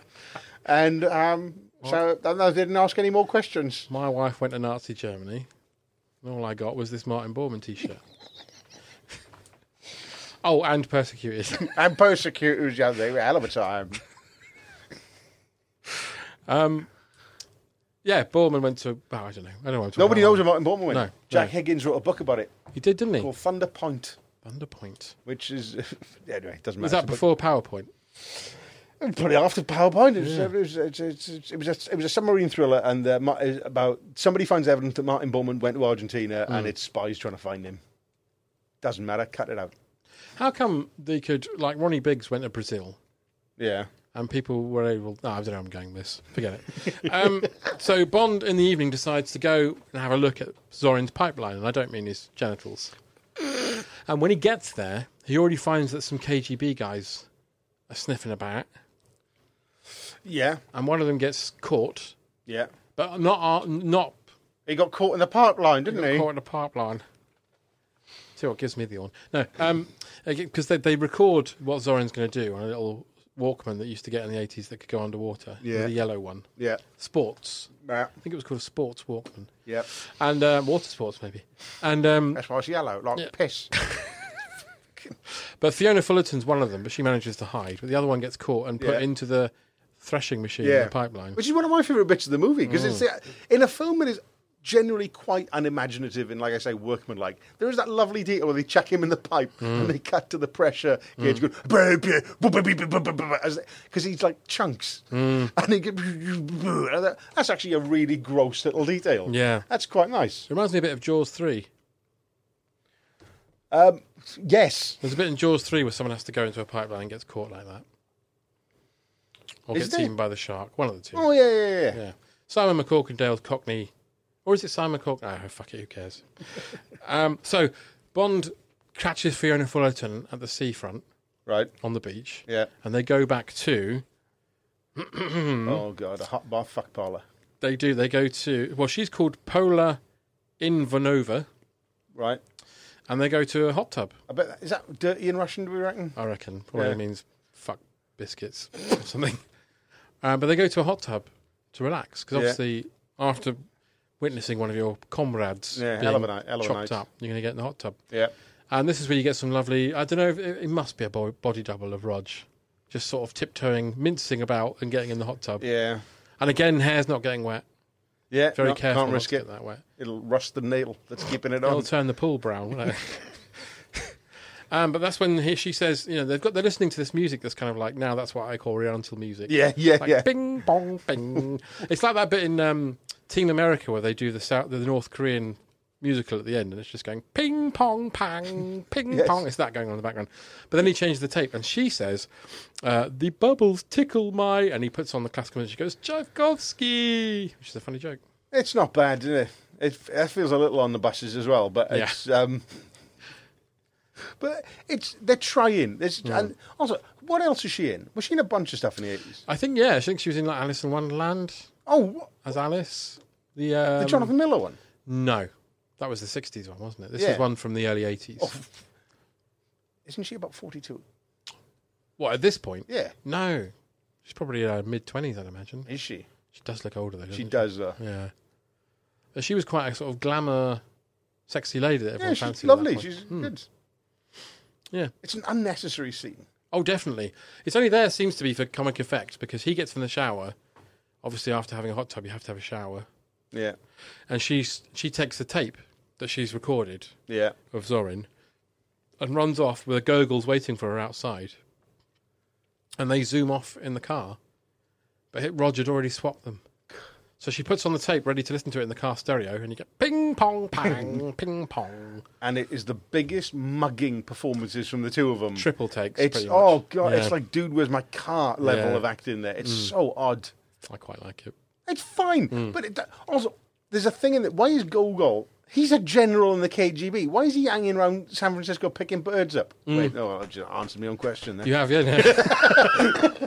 Speaker 6: And um, so and they didn't ask any more questions.
Speaker 4: My wife went to Nazi Germany. and All I got was this Martin Borman T-shirt. oh, and persecuted.
Speaker 6: And persecutors, yeah, they were a hell of a time.
Speaker 4: Um, yeah, Borman went to. Oh, I don't know. I don't know. What I'm talking
Speaker 6: Nobody
Speaker 4: about.
Speaker 6: knows who Martin Borman went.
Speaker 4: No,
Speaker 6: Jack
Speaker 4: no.
Speaker 6: Higgins wrote a book about it
Speaker 4: He did, didn't he?
Speaker 6: called Thunder Point,
Speaker 4: Thunder Point.
Speaker 6: which is anyway, it doesn't matter.
Speaker 4: Was that before PowerPoint?
Speaker 6: Probably after PowerPoint. It was, it, was, it, was, it, was a, it was a submarine thriller, and uh, Ma- is about somebody finds evidence that Martin Borman went to Argentina, and
Speaker 4: Mm.
Speaker 6: it's spies trying to find him. Doesn't matter. Cut it out.
Speaker 4: How come they could like Ronnie Biggs went to Brazil
Speaker 6: Yeah.
Speaker 4: and people were able? No, I don't know. I'm going with this. Forget it. um, so Bond in the evening decides to go and have a look at Zorin's pipeline, and I don't mean his genitals. and when he gets there, he already finds that some KGB guys are sniffing about,
Speaker 6: Yeah.
Speaker 4: and one of them gets caught,
Speaker 6: Yeah.
Speaker 4: but not uh, not
Speaker 6: He got caught in the park line, didn't he?
Speaker 4: caught in a pipeline. See what gives me the on. No, um, because they, they record what Zorin's going to do on a little Walkman that used to get in the eighties that could go underwater.
Speaker 6: Yeah.
Speaker 4: the yellow one.
Speaker 6: Yeah.
Speaker 4: Sports.
Speaker 6: Yeah.
Speaker 4: I think it was called a sports Walkman
Speaker 6: Yeah.
Speaker 4: and uh, water sports maybe. And um,
Speaker 6: That's why it's yellow, like piss.
Speaker 4: but Fiona Fullerton's one of them, but she manages to hide. But the other one gets caught and put
Speaker 6: Yeah.
Speaker 4: into the threshing machine in the pipeline. Mm.
Speaker 6: Which is one of my favourite bits of the movie because it's the, in a film that is generally quite unimaginative and, like I say, workmanlike. There is that lovely detail where they chuck him in the pipe
Speaker 4: Mm.
Speaker 6: and they cut to the pressure gauge going because he's like chunks
Speaker 4: Mm.
Speaker 6: and he get, and that- that's actually a really gross little detail.
Speaker 4: Yeah.
Speaker 6: that's quite nice.
Speaker 4: It reminds me a bit of Jaws three.
Speaker 6: Um, yes,
Speaker 4: There's a bit in Jaws three where someone has to go into a pipeline and gets caught like that, or
Speaker 6: Is
Speaker 4: gets
Speaker 6: there?
Speaker 4: eaten by the shark. One of the two.
Speaker 6: oh yeah, yeah, yeah.
Speaker 4: Yeah. Simon McCorkindale's Cockney. Or is it Simon Cork? Oh, fuck it, who cares? um, so, Bond catches Fiona Fullerton at the seafront
Speaker 6: right.
Speaker 4: on the beach.
Speaker 6: Yeah.
Speaker 4: And they go back to. Mm.
Speaker 6: Oh god, a hot bar fuck parlor.
Speaker 4: They do. They go to. Well, she's called Pola Invernova.
Speaker 6: Right.
Speaker 4: And they go to a hot tub,
Speaker 6: I bet that, is that dirty in Russian? Do we reckon?
Speaker 4: I reckon. Probably
Speaker 6: Yeah.
Speaker 4: means fuck biscuits or something. Uh, but they go to a hot tub to relax. Because
Speaker 6: Yeah.
Speaker 4: obviously, after witnessing one of your comrades
Speaker 6: Yeah,
Speaker 4: being
Speaker 6: hell of a night, hell of a
Speaker 4: chopped
Speaker 6: night.
Speaker 4: up, you're going to get in the hot tub.
Speaker 6: Yeah.
Speaker 4: And this is where you get some lovely. I don't know. if It, it must be a bo- body double of Rog, just sort of tiptoeing, mincing about, and getting in the hot tub.
Speaker 6: Yeah.
Speaker 4: And again, hair's not getting wet.
Speaker 6: Yeah,
Speaker 4: Very
Speaker 6: no,
Speaker 4: careful.
Speaker 6: Can't
Speaker 4: not
Speaker 6: risk
Speaker 4: to
Speaker 6: it.
Speaker 4: get that wet.
Speaker 6: It'll rust the nail that's keeping it
Speaker 4: It'll
Speaker 6: on.
Speaker 4: turn the pool brown. Won't it? um, but that's when he, she says, you know, they've got they're listening to this music that's kind of like now that's what I call Oriental music.
Speaker 6: yeah, yeah,
Speaker 4: Like
Speaker 6: yeah.
Speaker 4: bing bong bing. it's like that bit in um, Team America where they do the South, the North Korean musical at the end, and it's just going ping pong pang ping
Speaker 6: Yes.
Speaker 4: pong. It's that going on in the background. But then he changes the tape, and she says, uh, "The bubbles tickle my," and he puts on the classical music. She goes Tchaikovsky, which is a funny joke.
Speaker 6: It's not bad, isn't it? It, it feels a little on the buses as well, but
Speaker 4: Yeah.
Speaker 6: it's. Um, but it's they're trying. There's, And also, what else is she in? Was she in a bunch of stuff in the eighties?
Speaker 4: I think yeah, I think she was in like Alice in Wonderland
Speaker 6: Oh, what?
Speaker 4: as Alice. The, um,
Speaker 6: the Jonathan Miller one.
Speaker 4: No, that was the '60s one, wasn't it? This
Speaker 6: Yeah. Oh,
Speaker 4: is one from the early '80s.
Speaker 6: Isn't she about forty-two?
Speaker 4: What at this point?
Speaker 6: Yeah,
Speaker 4: No, she's probably uh, mid twenties, I'd imagine.
Speaker 6: is she?
Speaker 4: She does look older though. Doesn't
Speaker 6: She does. Uh,
Speaker 4: Yeah, but she was quite a sort of glamour, sexy lady that everyone
Speaker 6: yeah,
Speaker 4: fancied.
Speaker 6: she's
Speaker 4: at that
Speaker 6: lovely.
Speaker 4: point.
Speaker 6: She's
Speaker 4: Hmm.
Speaker 6: good.
Speaker 4: Yeah.
Speaker 6: It's an unnecessary scene.
Speaker 4: Oh, definitely. It's only there seems to be for comic effect because he gets in the shower. obviously after having a hot tub, you have to have a shower.
Speaker 6: Yeah.
Speaker 4: And she's she takes the tape that she's recorded
Speaker 6: Yeah.
Speaker 4: of Zorin and runs off with the Gurgles waiting for her outside. And they zoom off in the car. But Hit Roger had already swapped them. So she puts on the tape ready to listen to it in the car stereo, and you get ping pong pang, ping pong.
Speaker 6: And it is the biggest mugging performances from the two of them.
Speaker 4: Triple takes.
Speaker 6: It's
Speaker 4: pretty much.
Speaker 6: oh god,
Speaker 4: Yeah.
Speaker 6: it's like dude, where's my car level
Speaker 4: Yeah. Mm.
Speaker 6: of acting there. It's so odd.
Speaker 4: I quite like it.
Speaker 6: It's fine,
Speaker 4: Mm.
Speaker 6: but it, also there's a thing in that. Why is Gogol? He's a general in the KGB. Why is he hanging around San Francisco picking birds up? Wait, no, I just answered my own question there.
Speaker 4: Mm. You have, yeah. no.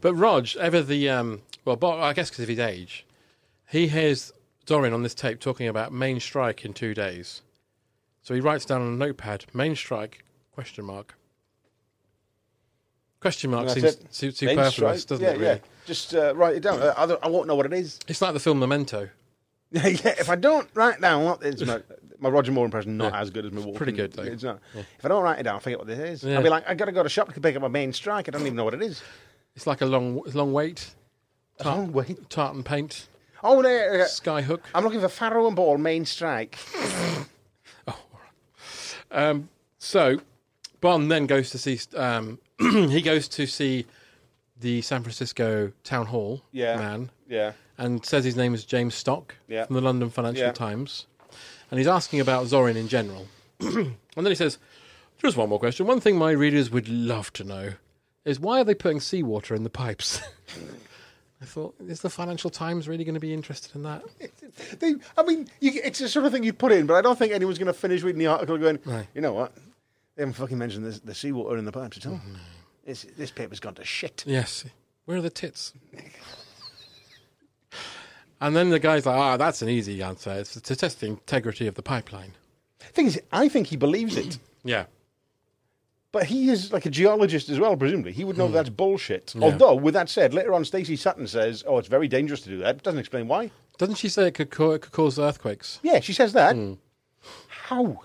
Speaker 4: But Rog, ever the um, well, Bob, I guess because of his age, he hears Dorin on this tape talking about main strike in two days. So he writes down on a notepad, main strike question mark. Question mark
Speaker 6: And that's
Speaker 4: seems
Speaker 6: it.
Speaker 4: su-
Speaker 6: Main
Speaker 4: superfluous,
Speaker 6: strike.
Speaker 4: doesn't
Speaker 6: yeah,
Speaker 4: it? Really?
Speaker 6: Yeah, just uh, write it down. Uh, I, don't- I won't know what it is.
Speaker 4: It's like the film Memento.
Speaker 6: yeah, if I don't write down what it's my, my Roger Moore impression, not
Speaker 4: Yeah.
Speaker 6: as good as my Walken.
Speaker 4: pretty good, though.
Speaker 6: It's not. If I don't write it down, I forget what this is.
Speaker 4: Yeah.
Speaker 6: I'll be like, I gotta go to shop to pick up my main strike. I don't even know what it is.
Speaker 4: It's like a long, long wait. Tart-
Speaker 6: long wait.
Speaker 4: Tartan paint,
Speaker 6: Oh no, uh,
Speaker 4: sky hook.
Speaker 6: I'm looking for Farrow and Ball main strike.
Speaker 4: Um, so Bond then goes to see. Um, he goes to see the San Francisco town hall
Speaker 6: Yeah.
Speaker 4: man.
Speaker 6: Yeah,
Speaker 4: and says his name is James Stock
Speaker 6: Yeah.
Speaker 4: from the London Financial
Speaker 6: Yeah.
Speaker 4: Times. And he's asking about Zorin in general. and then he says, Just one more question. One thing my readers would love to know is why are they putting seawater in the pipes? I thought, is the Financial Times really going to be interested in that?
Speaker 6: they, I mean, you, it's the sort of thing you put in, but I don't think anyone's gonna finish reading the article going,
Speaker 4: Right.
Speaker 6: you know what? They haven't fucking mentioned this, the seawater in the pipes at all.
Speaker 4: Mm-hmm.
Speaker 6: This, this paper's gone to shit.
Speaker 4: Yes. Where are the tits? and then the guy's like, Ah, that's an easy answer. It's to test the integrity of the pipeline.
Speaker 6: Thing is, I think he believes it.
Speaker 4: Yeah.
Speaker 6: But he is like a geologist as well, presumably. He would know that's bullshit. Although, with that said, later on, Stacey Sutton says, "Oh, it's very dangerous to do that." Doesn't explain why.
Speaker 4: Doesn't she say it could, ca- it could cause earthquakes?
Speaker 6: Yeah, she says that. How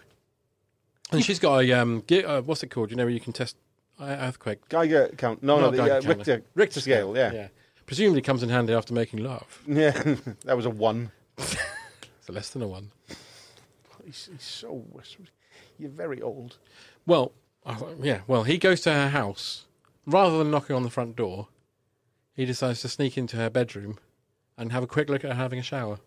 Speaker 4: And she's got a um, ge- uh, what's it called? You know, where you can test uh, earthquake.
Speaker 6: Geiger count? No, no,
Speaker 4: Not
Speaker 6: the
Speaker 4: Geiger
Speaker 6: uh,
Speaker 4: counter.
Speaker 6: Richter, Richter scale. Yeah,
Speaker 4: Presumably comes in handy after making love.
Speaker 6: yeah. that was a one.
Speaker 4: It's less than a one.
Speaker 6: He's, he's so. You're very old.
Speaker 4: Well, I thought, yeah. Well, he goes to her house rather than knocking on the front door. He decides to sneak into her bedroom and have a quick look at her having a shower.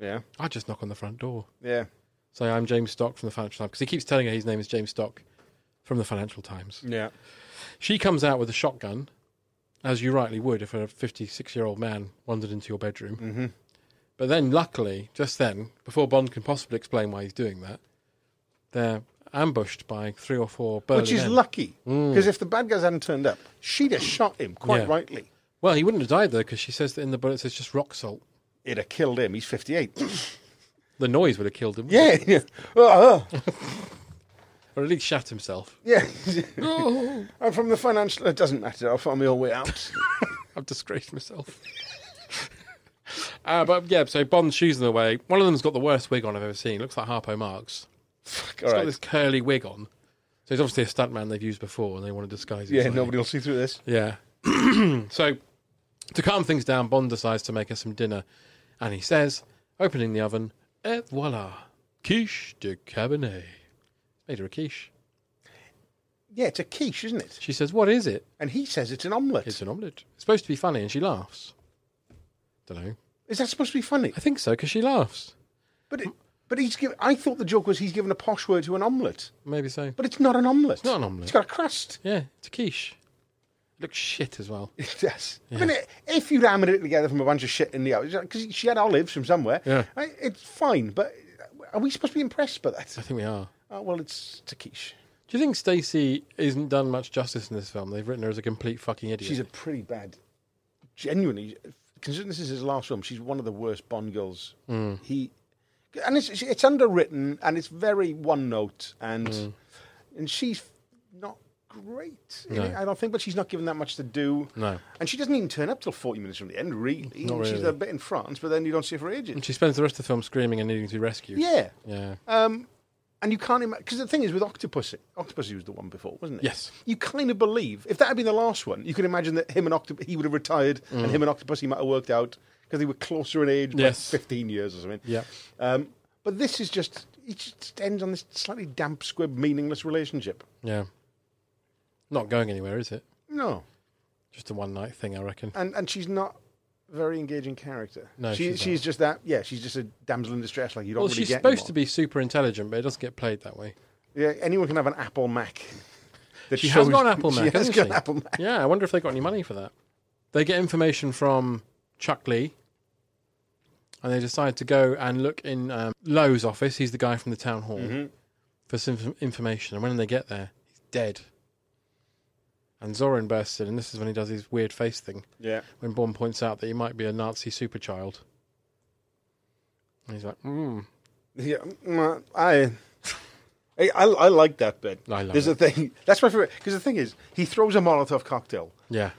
Speaker 6: Yeah,
Speaker 4: I just knock on the front door.
Speaker 6: yeah,
Speaker 4: Say I'm James Stock from the Financial Times because he keeps telling her his name is James Stock from the Financial Times.
Speaker 6: yeah.
Speaker 4: She comes out with a shotgun, as you rightly would if a 56 year old man wandered into your bedroom. Mm-hmm. But then, luckily, just then, before Bond can possibly explain why he's doing that, they're ambushed by three or four burly
Speaker 6: Which is
Speaker 4: men.
Speaker 6: lucky,
Speaker 4: Mm.
Speaker 6: because if the bad guys hadn't turned up, she'd have shot him quite
Speaker 4: Yeah.
Speaker 6: rightly.
Speaker 4: Well, he wouldn't have died though, because she says that in the bullets it's just rock salt.
Speaker 6: It'd have killed him. He's fifty-eight.
Speaker 4: the noise would have killed him.
Speaker 6: Yeah,
Speaker 4: wouldn't it?
Speaker 6: yeah. Oh, oh.
Speaker 4: or at least shat himself.
Speaker 6: yeah.
Speaker 4: Oh.
Speaker 6: I'm from the financial. It doesn't matter. I'll find my own way out.
Speaker 4: I've disgraced myself. Uh, but yeah, so Bond's shoes in the way. One of them's got the worst wig on I've ever seen. looks like Harpo Marx. Fuck, it's got
Speaker 6: alright.
Speaker 4: this curly wig on. So he's obviously a stuntman they've used before and they want to disguise it.
Speaker 6: yeah,
Speaker 4: slightly.
Speaker 6: nobody will see through this.
Speaker 4: Yeah. so to calm things down, Bond decides to make us some dinner. And he says, opening the oven, et voila, quiche de cabernet. Made her a quiche.
Speaker 6: Yeah, it's a quiche, isn't it?
Speaker 4: She says, what is it?
Speaker 6: And he says it's an omelette.
Speaker 4: It's an omelette. It's supposed to be funny, and she laughs. Don't know.
Speaker 6: Is that supposed to be funny?
Speaker 4: I think so, because she laughs.
Speaker 6: But it, but he's given. I thought the joke was he's given a posh word to an omelette,
Speaker 4: Maybe so.
Speaker 6: but it's not an omelette.
Speaker 4: It's not an omelette.
Speaker 6: It's got a crust.
Speaker 4: Yeah, it's a quiche. It looks shit as well.
Speaker 6: Yes.
Speaker 4: Yeah.
Speaker 6: I mean, i- if you'd hammered it together from a bunch of shit in the house, because she had olives from somewhere,
Speaker 4: Yeah.
Speaker 6: I, it's fine. But are we supposed to be impressed by that?
Speaker 4: I think we are.
Speaker 6: Oh, well, it's, it's a quiche.
Speaker 4: Do you think Stacey isn't done much justice in this film? They've written her as a complete fucking idiot.
Speaker 6: She's a pretty bad, genuinely. Considering this is his last film, she's one of the worst Bond girls.
Speaker 4: Mm.
Speaker 6: He, and it's it's- it's underwritten and it's very one note and
Speaker 4: Mm.
Speaker 6: and she's not great. in
Speaker 4: No.
Speaker 6: it, I don't think, but she's not given that much to do.
Speaker 4: No.
Speaker 6: And she doesn't even turn up till forty minutes from the end, really.
Speaker 4: Not
Speaker 6: And She's
Speaker 4: really.
Speaker 6: a bit in France, but then you don't see her for ages.
Speaker 4: And she spends the rest of the film screaming and needing to be rescued.
Speaker 6: Yeah.
Speaker 4: Yeah.
Speaker 6: Um, and you can't imagine because the thing is with Octopussy, Octopussy was the one before, wasn't it?
Speaker 4: Yes.
Speaker 6: You kind of believe if that had been the last one, you can imagine that him and Octop he would have retired, and
Speaker 4: Mm.
Speaker 6: him and Octopussy might have worked out because they were closer in age, by
Speaker 4: Yes.
Speaker 6: fifteen years or something.
Speaker 4: Yeah.
Speaker 6: Um, but this is just it just ends on this slightly damp, squib, meaningless relationship.
Speaker 4: Yeah. Not going anywhere, is it?
Speaker 6: No,
Speaker 4: Just a one night thing, I reckon.
Speaker 6: and and she's not a very engaging character.
Speaker 4: No,
Speaker 6: she,
Speaker 4: she's
Speaker 6: she's,
Speaker 4: not.
Speaker 6: just that. Yeah, she's just a damsel in distress. Like you don't
Speaker 4: well,
Speaker 6: really
Speaker 4: she's
Speaker 6: get.
Speaker 4: supposed to be super intelligent, but it doesn't get played that way.
Speaker 6: Yeah, anyone can have an Apple Mac. That
Speaker 4: she has
Speaker 6: shows-
Speaker 4: got an Apple
Speaker 6: she
Speaker 4: Mac.
Speaker 6: has
Speaker 4: hasn't
Speaker 6: got
Speaker 4: she?
Speaker 6: an Apple Mac.
Speaker 4: Yeah, I wonder if they got any money for that. They get information from Chuck Lee, and they decide to go and look in um, Lowe's office. He's the guy from the town hall
Speaker 6: Mhm.
Speaker 4: for some inf- information. And when they get there, he's dead. And Zorin bursts in, and this is when he does his weird face thing.
Speaker 6: Yeah.
Speaker 4: When Bond points out that he might be a Nazi superchild, and he's like, "Hmm,
Speaker 6: Yeah, mm, I, I, I, I like that bit.
Speaker 4: I love
Speaker 6: There's
Speaker 4: it.
Speaker 6: a thing. That's my favorite. Because the thing is, he throws a Molotov cocktail,
Speaker 4: yeah,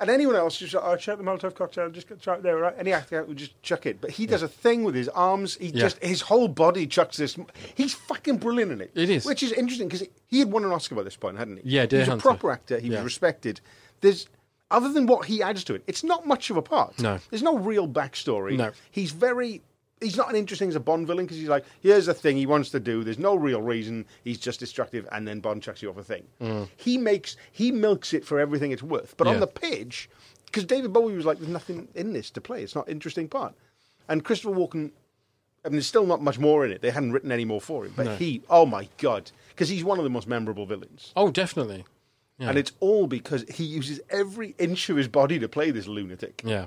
Speaker 6: and anyone else just, oh, check the Molotov cocktail, just get- try it there, right? Any actor would just chuck it, but he does a thing with his arms. He
Speaker 4: Yeah.
Speaker 6: just his whole body chucks this. He's fucking brilliant in it.
Speaker 4: It is.
Speaker 6: which is interesting because he had won an Oscar by this point, hadn't he?
Speaker 4: Yeah,
Speaker 6: he
Speaker 4: Deer
Speaker 6: was
Speaker 4: Hunter.
Speaker 6: a proper actor. He
Speaker 4: Yeah.
Speaker 6: was respected. There's. Other than what he adds to it, it's not much of a part.
Speaker 4: No.
Speaker 6: There's no real backstory.
Speaker 4: No.
Speaker 6: He's very. He's not an interesting as a Bond villain because he's like, here's a thing he wants to do. There's no real reason. He's just destructive, and then Bond chucks you off a thing. He makes he milks it for everything it's worth. But
Speaker 4: Mm. Yeah.
Speaker 6: on the page, because David Bowie was like, there's nothing in this to play. It's not an interesting part. And Christopher Walken, I mean, there's still not much more in it. They hadn't written any more for him. But
Speaker 4: No.
Speaker 6: he, oh my god, because he's one of the most memorable villains.
Speaker 4: oh, definitely, Yeah.
Speaker 6: And it's all because he uses every inch of his body to play this lunatic.
Speaker 4: yeah."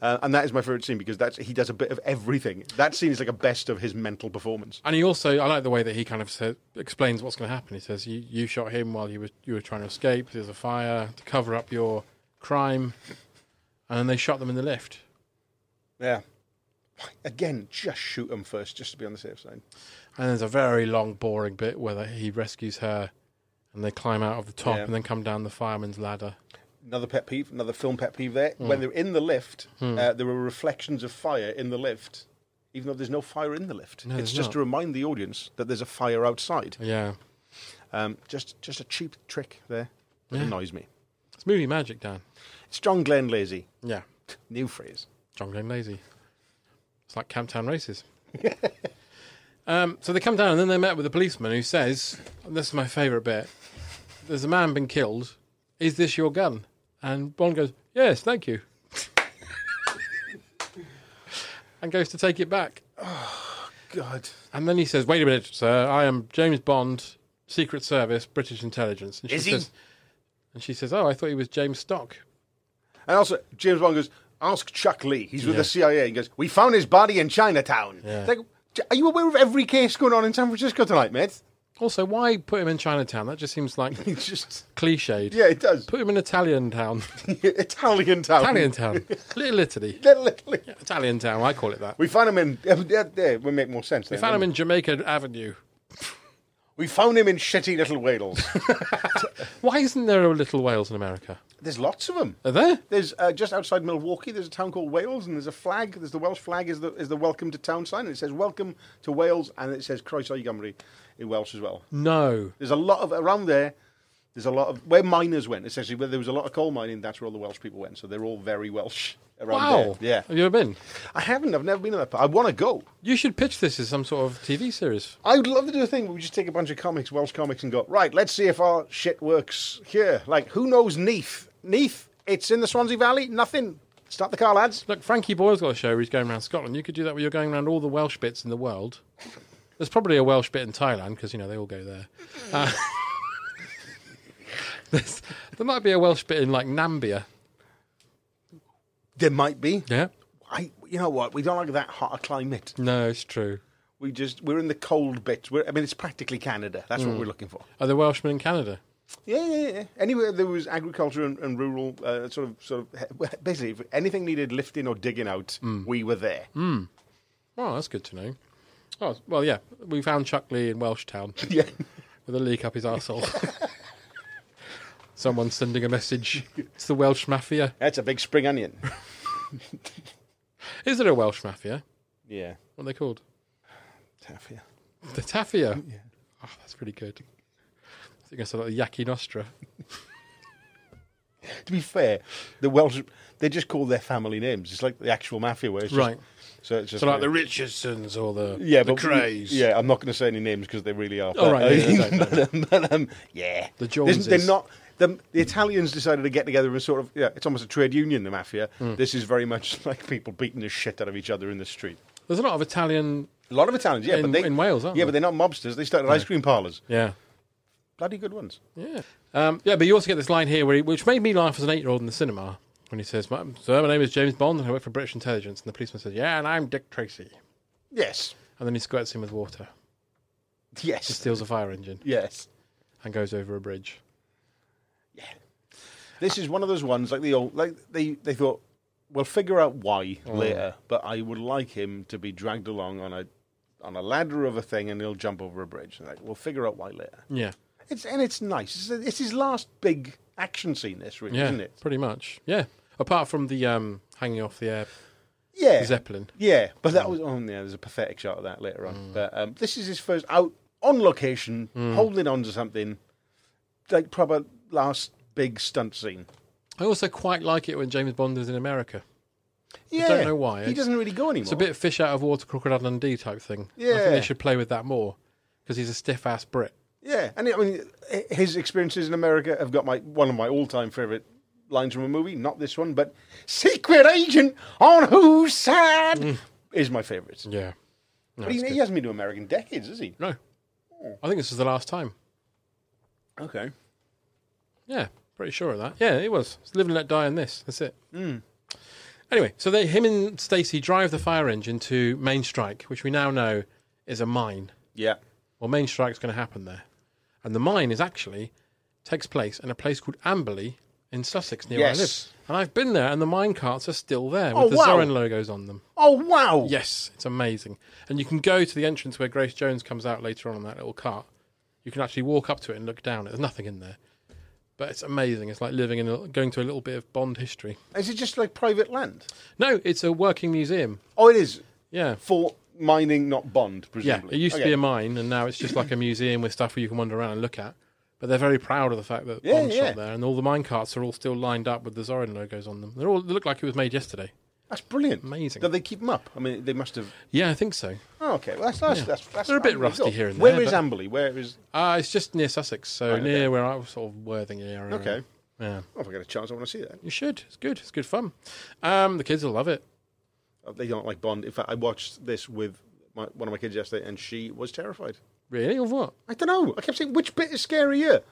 Speaker 6: Uh, and that is my favorite scene because that's he does a bit of everything. That scene is like a best of his mental performance.
Speaker 4: And he also, I like the way that he kind of said, explains what's going to happen. He says, "You you shot him while you were you were trying to escape. There's a fire to cover up your crime, and then they shot them in the lift."
Speaker 6: Yeah. Again, just shoot him first, just to be on the safe side.
Speaker 4: And there's a very long, boring bit where they- he rescues her, and they climb out of the top
Speaker 6: Yeah.
Speaker 4: and then come down the fireman's ladder.
Speaker 6: Another pet peeve, another film pet peeve there.
Speaker 4: Hmm.
Speaker 6: When they're in the lift, uh, there are reflections of fire in the lift, even though there's no fire in the lift.
Speaker 4: No,
Speaker 6: it's
Speaker 4: there's
Speaker 6: just
Speaker 4: not.
Speaker 6: to remind the audience that there's a fire outside.
Speaker 4: Yeah,
Speaker 6: Um, just, just a cheap trick there that
Speaker 4: Yeah.
Speaker 6: annoys me.
Speaker 4: it's movie magic, Dan.
Speaker 6: It's John Glenn lazy.
Speaker 4: Yeah,
Speaker 6: New phrase.
Speaker 4: John Glenn Lazy. It's like Camptown races. um, so they come down and then they're met with a policeman who says, and "This is my favourite bit. There's a man been killed. Is this your gun?" And Bond goes, "Yes, thank you," and goes to take it back.
Speaker 6: God.
Speaker 4: And then he says, "Wait a minute, sir. I am James Bond, Secret Service, British Intelligence." And she
Speaker 6: Is he?
Speaker 4: says, And she says, "Oh, I thought he was James Stock."
Speaker 6: And also, James Bond goes, Ask Chuck Lee. He's with
Speaker 4: Yeah.
Speaker 6: the CIA. He goes, "We found his body in Chinatown."
Speaker 4: Yeah.
Speaker 6: It's like, "J- are you aware of every case going on in San Francisco tonight, mate?
Speaker 4: Also, why put him in Chinatown? That just seems like
Speaker 6: just
Speaker 4: cliched.
Speaker 6: Yeah, it does.
Speaker 4: Put him in Italian town.
Speaker 6: Italian town.
Speaker 4: Italian town. Little Italy.
Speaker 6: Little Italy.
Speaker 4: Italian town. I call it that.
Speaker 6: We found him in. Yeah, yeah, yeah, it would make more sense.
Speaker 4: We
Speaker 6: then,
Speaker 4: found him
Speaker 6: wouldn't
Speaker 4: in Jamaica Avenue.
Speaker 6: it? We found him in shitty little Wales.
Speaker 4: Why isn't there a Little Wales in America?
Speaker 6: There's lots of them.
Speaker 4: Are there?
Speaker 6: There's uh, just outside Milwaukee. There's a town called Wales, and there's a flag. There's the Welsh flag is the is the welcome to town sign, and it says welcome to Wales, and it says Croes o Gymru in Welsh as well.
Speaker 4: No.
Speaker 6: There's a lot of around there. There's a lot of where miners went. Essentially, where there was a lot of coal mining, that's where all the Welsh people went. So they're all very Welsh around
Speaker 4: Wow.
Speaker 6: there. Yeah,
Speaker 4: Have you ever been?
Speaker 6: I haven't. I've never been to that. Part. I want to go.
Speaker 4: You should pitch this as some sort of TV series.
Speaker 6: I would love to do a thing where we just take a bunch of comics, Welsh comics, and go right. Let's see if our shit works here. Like, who knows Neath? Neath. It's in the Swansea Valley. Nothing. Start the car, lads.
Speaker 4: Look, Frankie Boyle's got a show where he's going around Scotland. You could do that where you're going around all the Welsh bits in the world. There's probably a Welsh bit in Thailand because, you know, they all go there. Uh, there's- there might be a Welsh bit in, like, Nambia.
Speaker 6: There might be.
Speaker 4: Yeah.
Speaker 6: I, you know what? We don't like that hot a climate.
Speaker 4: No, it's true.
Speaker 6: We just we're in the cold bit. We're, I mean, it's practically Canada. That's what
Speaker 4: Mm.
Speaker 6: we're looking for.
Speaker 4: Are there Welshmen in Canada?
Speaker 6: Yeah, yeah, yeah. Anywhere there was agriculture and, and rural, uh, sort of, sort of, basically, if anything needed lifting or digging out,
Speaker 4: Mm.
Speaker 6: we were there.
Speaker 4: Hmm. Well, that's good to know. Oh, well, yeah. We found Chuck Lee in Welsh Town.
Speaker 6: Yeah.
Speaker 4: With a leak up his arsehole. Someone's sending a message. It's the Welsh Mafia.
Speaker 6: That's a big spring onion.
Speaker 4: Is there a Welsh Mafia?
Speaker 6: Yeah.
Speaker 4: What are they called?
Speaker 6: Taffia.
Speaker 4: The Taffia. Yeah. Oh, that's pretty good. I think I said like the Yaki Nostra.
Speaker 6: To be fair, the Welsh they just call their family names. It's like the actual mafia, where it's just,
Speaker 4: Right.
Speaker 6: So it's just
Speaker 4: so like the Richardsons or the
Speaker 6: yeah,
Speaker 4: the
Speaker 6: but
Speaker 4: Crays.
Speaker 6: Yeah, I'm not going to say any names because they really are.
Speaker 4: Oh, right, yeah, yeah, don't,
Speaker 6: but, um, but, um, yeah,
Speaker 4: The
Speaker 6: There's- They're
Speaker 4: Joneses.
Speaker 6: not. The, the Italians decided to get together and sort of yeah, it's almost a trade union. The mafia.
Speaker 4: Hmm.
Speaker 6: This is very much like people beating the shit out of each other in the street.
Speaker 4: There's a lot of Italian.
Speaker 6: A lot of Italians, yeah,
Speaker 4: in,
Speaker 6: but they
Speaker 4: in Wales, aren't
Speaker 6: yeah, but
Speaker 4: there?
Speaker 6: they're not mobsters. They started ice cream parlors.
Speaker 4: Yeah.
Speaker 6: Bloody good ones.
Speaker 4: Yeah. Um, yeah, but you also get this line here, where he, which made me laugh as an eight-year-old in the cinema when he says, "My- "Sir, my name is James Bond, and I work for British intelligence." And the policeman says, "Yeah, and I'm Dick Tracy."
Speaker 6: Yes,
Speaker 4: And then he squirts him with water.
Speaker 6: yes,
Speaker 4: He steals a fire engine
Speaker 6: yes.
Speaker 4: and goes over a bridge.
Speaker 6: This is one of those ones like the old like they they thought we'll figure out why
Speaker 4: Mm.
Speaker 6: later, but I would like him to be dragged along on a on a ladder of a thing and he'll jump over a bridge. And like we'll figure out why later.
Speaker 4: Yeah.
Speaker 6: It's and it's nice. It's, it's his last big action scene. This really,
Speaker 4: yeah.
Speaker 6: isn't it?
Speaker 4: Pretty much. Yeah. Apart from the um, hanging off the air
Speaker 6: Yeah,
Speaker 4: zeppelin. Mm.
Speaker 6: yeah. But that was oh yeah. There's a pathetic shot of that later on. But um, this is his first out on location,
Speaker 4: Mm.
Speaker 6: holding on to something like proper last big stunt scene.
Speaker 4: I also quite like it when James Bond is in America.
Speaker 6: Yeah,
Speaker 4: don't know why.
Speaker 6: he doesn't really go anymore.
Speaker 4: It's a bit fish out of water, crocodile Dundee type thing. I think
Speaker 6: Yeah.
Speaker 4: they should play with that more because he's a stiff ass Brit.
Speaker 6: Yeah, and I mean, h- his experiences in America have got my one of my all-time favorite lines from a movie. Not this one, but "Secret Agent on whose side?" is my favorite.
Speaker 4: Yeah. No,
Speaker 6: but he,
Speaker 4: it's
Speaker 6: he
Speaker 4: Mm. good.
Speaker 6: hasn't been to America in decades, has he?
Speaker 4: No. I think this is the last time.
Speaker 6: Okay.
Speaker 4: Yeah, pretty sure of that. Yeah, it was. It's live and let die in this. That's it.
Speaker 6: Hmm.
Speaker 4: Anyway, so they, him and Stacy drive the fire engine to Main Strike, which we now know is a mine.
Speaker 6: Yeah.
Speaker 4: Well, Main Strike's going to happen there, and the mine is actually takes place in a place called Amberley in Sussex near where I live.
Speaker 6: Yes.
Speaker 4: And I've been there, and the mine carts are still there with
Speaker 6: Oh,
Speaker 4: the
Speaker 6: wow.
Speaker 4: Zorin logos on them.
Speaker 6: Oh wow!
Speaker 4: Yes, it's amazing. And you can go to the entrance where Grace Jones comes out later on in that little cart. You can actually walk up to it and look down. There's nothing in there, but it's amazing. It's like living in a, going to a little bit of Bond history.
Speaker 6: Is it just like private land?
Speaker 4: No, it's a working museum.
Speaker 6: Oh, it is
Speaker 4: Yeah.
Speaker 6: for mining, not Bond.
Speaker 4: Yeah,
Speaker 6: Presumably.
Speaker 4: it used to
Speaker 6: Okay.
Speaker 4: be a mine, and now it's just like a museum with stuff where you can wander around and look at. But they're very proud of the fact that
Speaker 6: Yeah,
Speaker 4: Bond
Speaker 6: yeah.
Speaker 4: shot there, and all the mine carts are all still lined up with the Zorin logos on them. They're all they look like it was made yesterday.
Speaker 6: That's brilliant.
Speaker 4: Amazing.
Speaker 6: Did they keep them up? I mean, they must have.
Speaker 4: Yeah, I think so.
Speaker 6: Oh, okay. Well, that's that's,
Speaker 4: Yeah.
Speaker 6: that's, that's
Speaker 4: They're a bit
Speaker 6: that's
Speaker 4: rusty
Speaker 6: good.
Speaker 4: here and
Speaker 6: Where
Speaker 4: there,
Speaker 6: is
Speaker 4: but-
Speaker 6: Amberley? Where is?
Speaker 4: Uh, it's just near Sussex, so
Speaker 6: Right, okay.
Speaker 4: near where I was sort of Worthing area.
Speaker 6: Okay.
Speaker 4: Yeah,
Speaker 6: Oh, if I get a chance, I want to see that.
Speaker 4: you should. It's good. It's good fun. Um, the kids will love it.
Speaker 6: Uh, They don't like Bond. In fact, I watched this with my, one of my kids yesterday, and she was terrified.
Speaker 4: Really, or what?
Speaker 6: I don't know. I kept saying, "Which bit is scarier?" I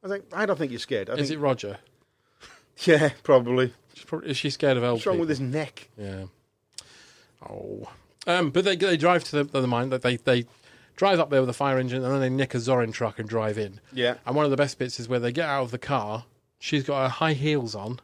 Speaker 6: was like, "I don't think you're scared." I
Speaker 4: Is
Speaker 6: think,
Speaker 4: it Roger?
Speaker 6: Yeah, probably.
Speaker 4: She's probably, is she scared of elves?
Speaker 6: What's wrong with his neck?
Speaker 4: Yeah. Oh. Um, but they they drive to the, the mine. That they they drive up there with a fire engine, and then they nick a Zorin truck and drive in.
Speaker 6: Yeah.
Speaker 4: And one of the best bits is where they get out of the car. She's got her high heels on,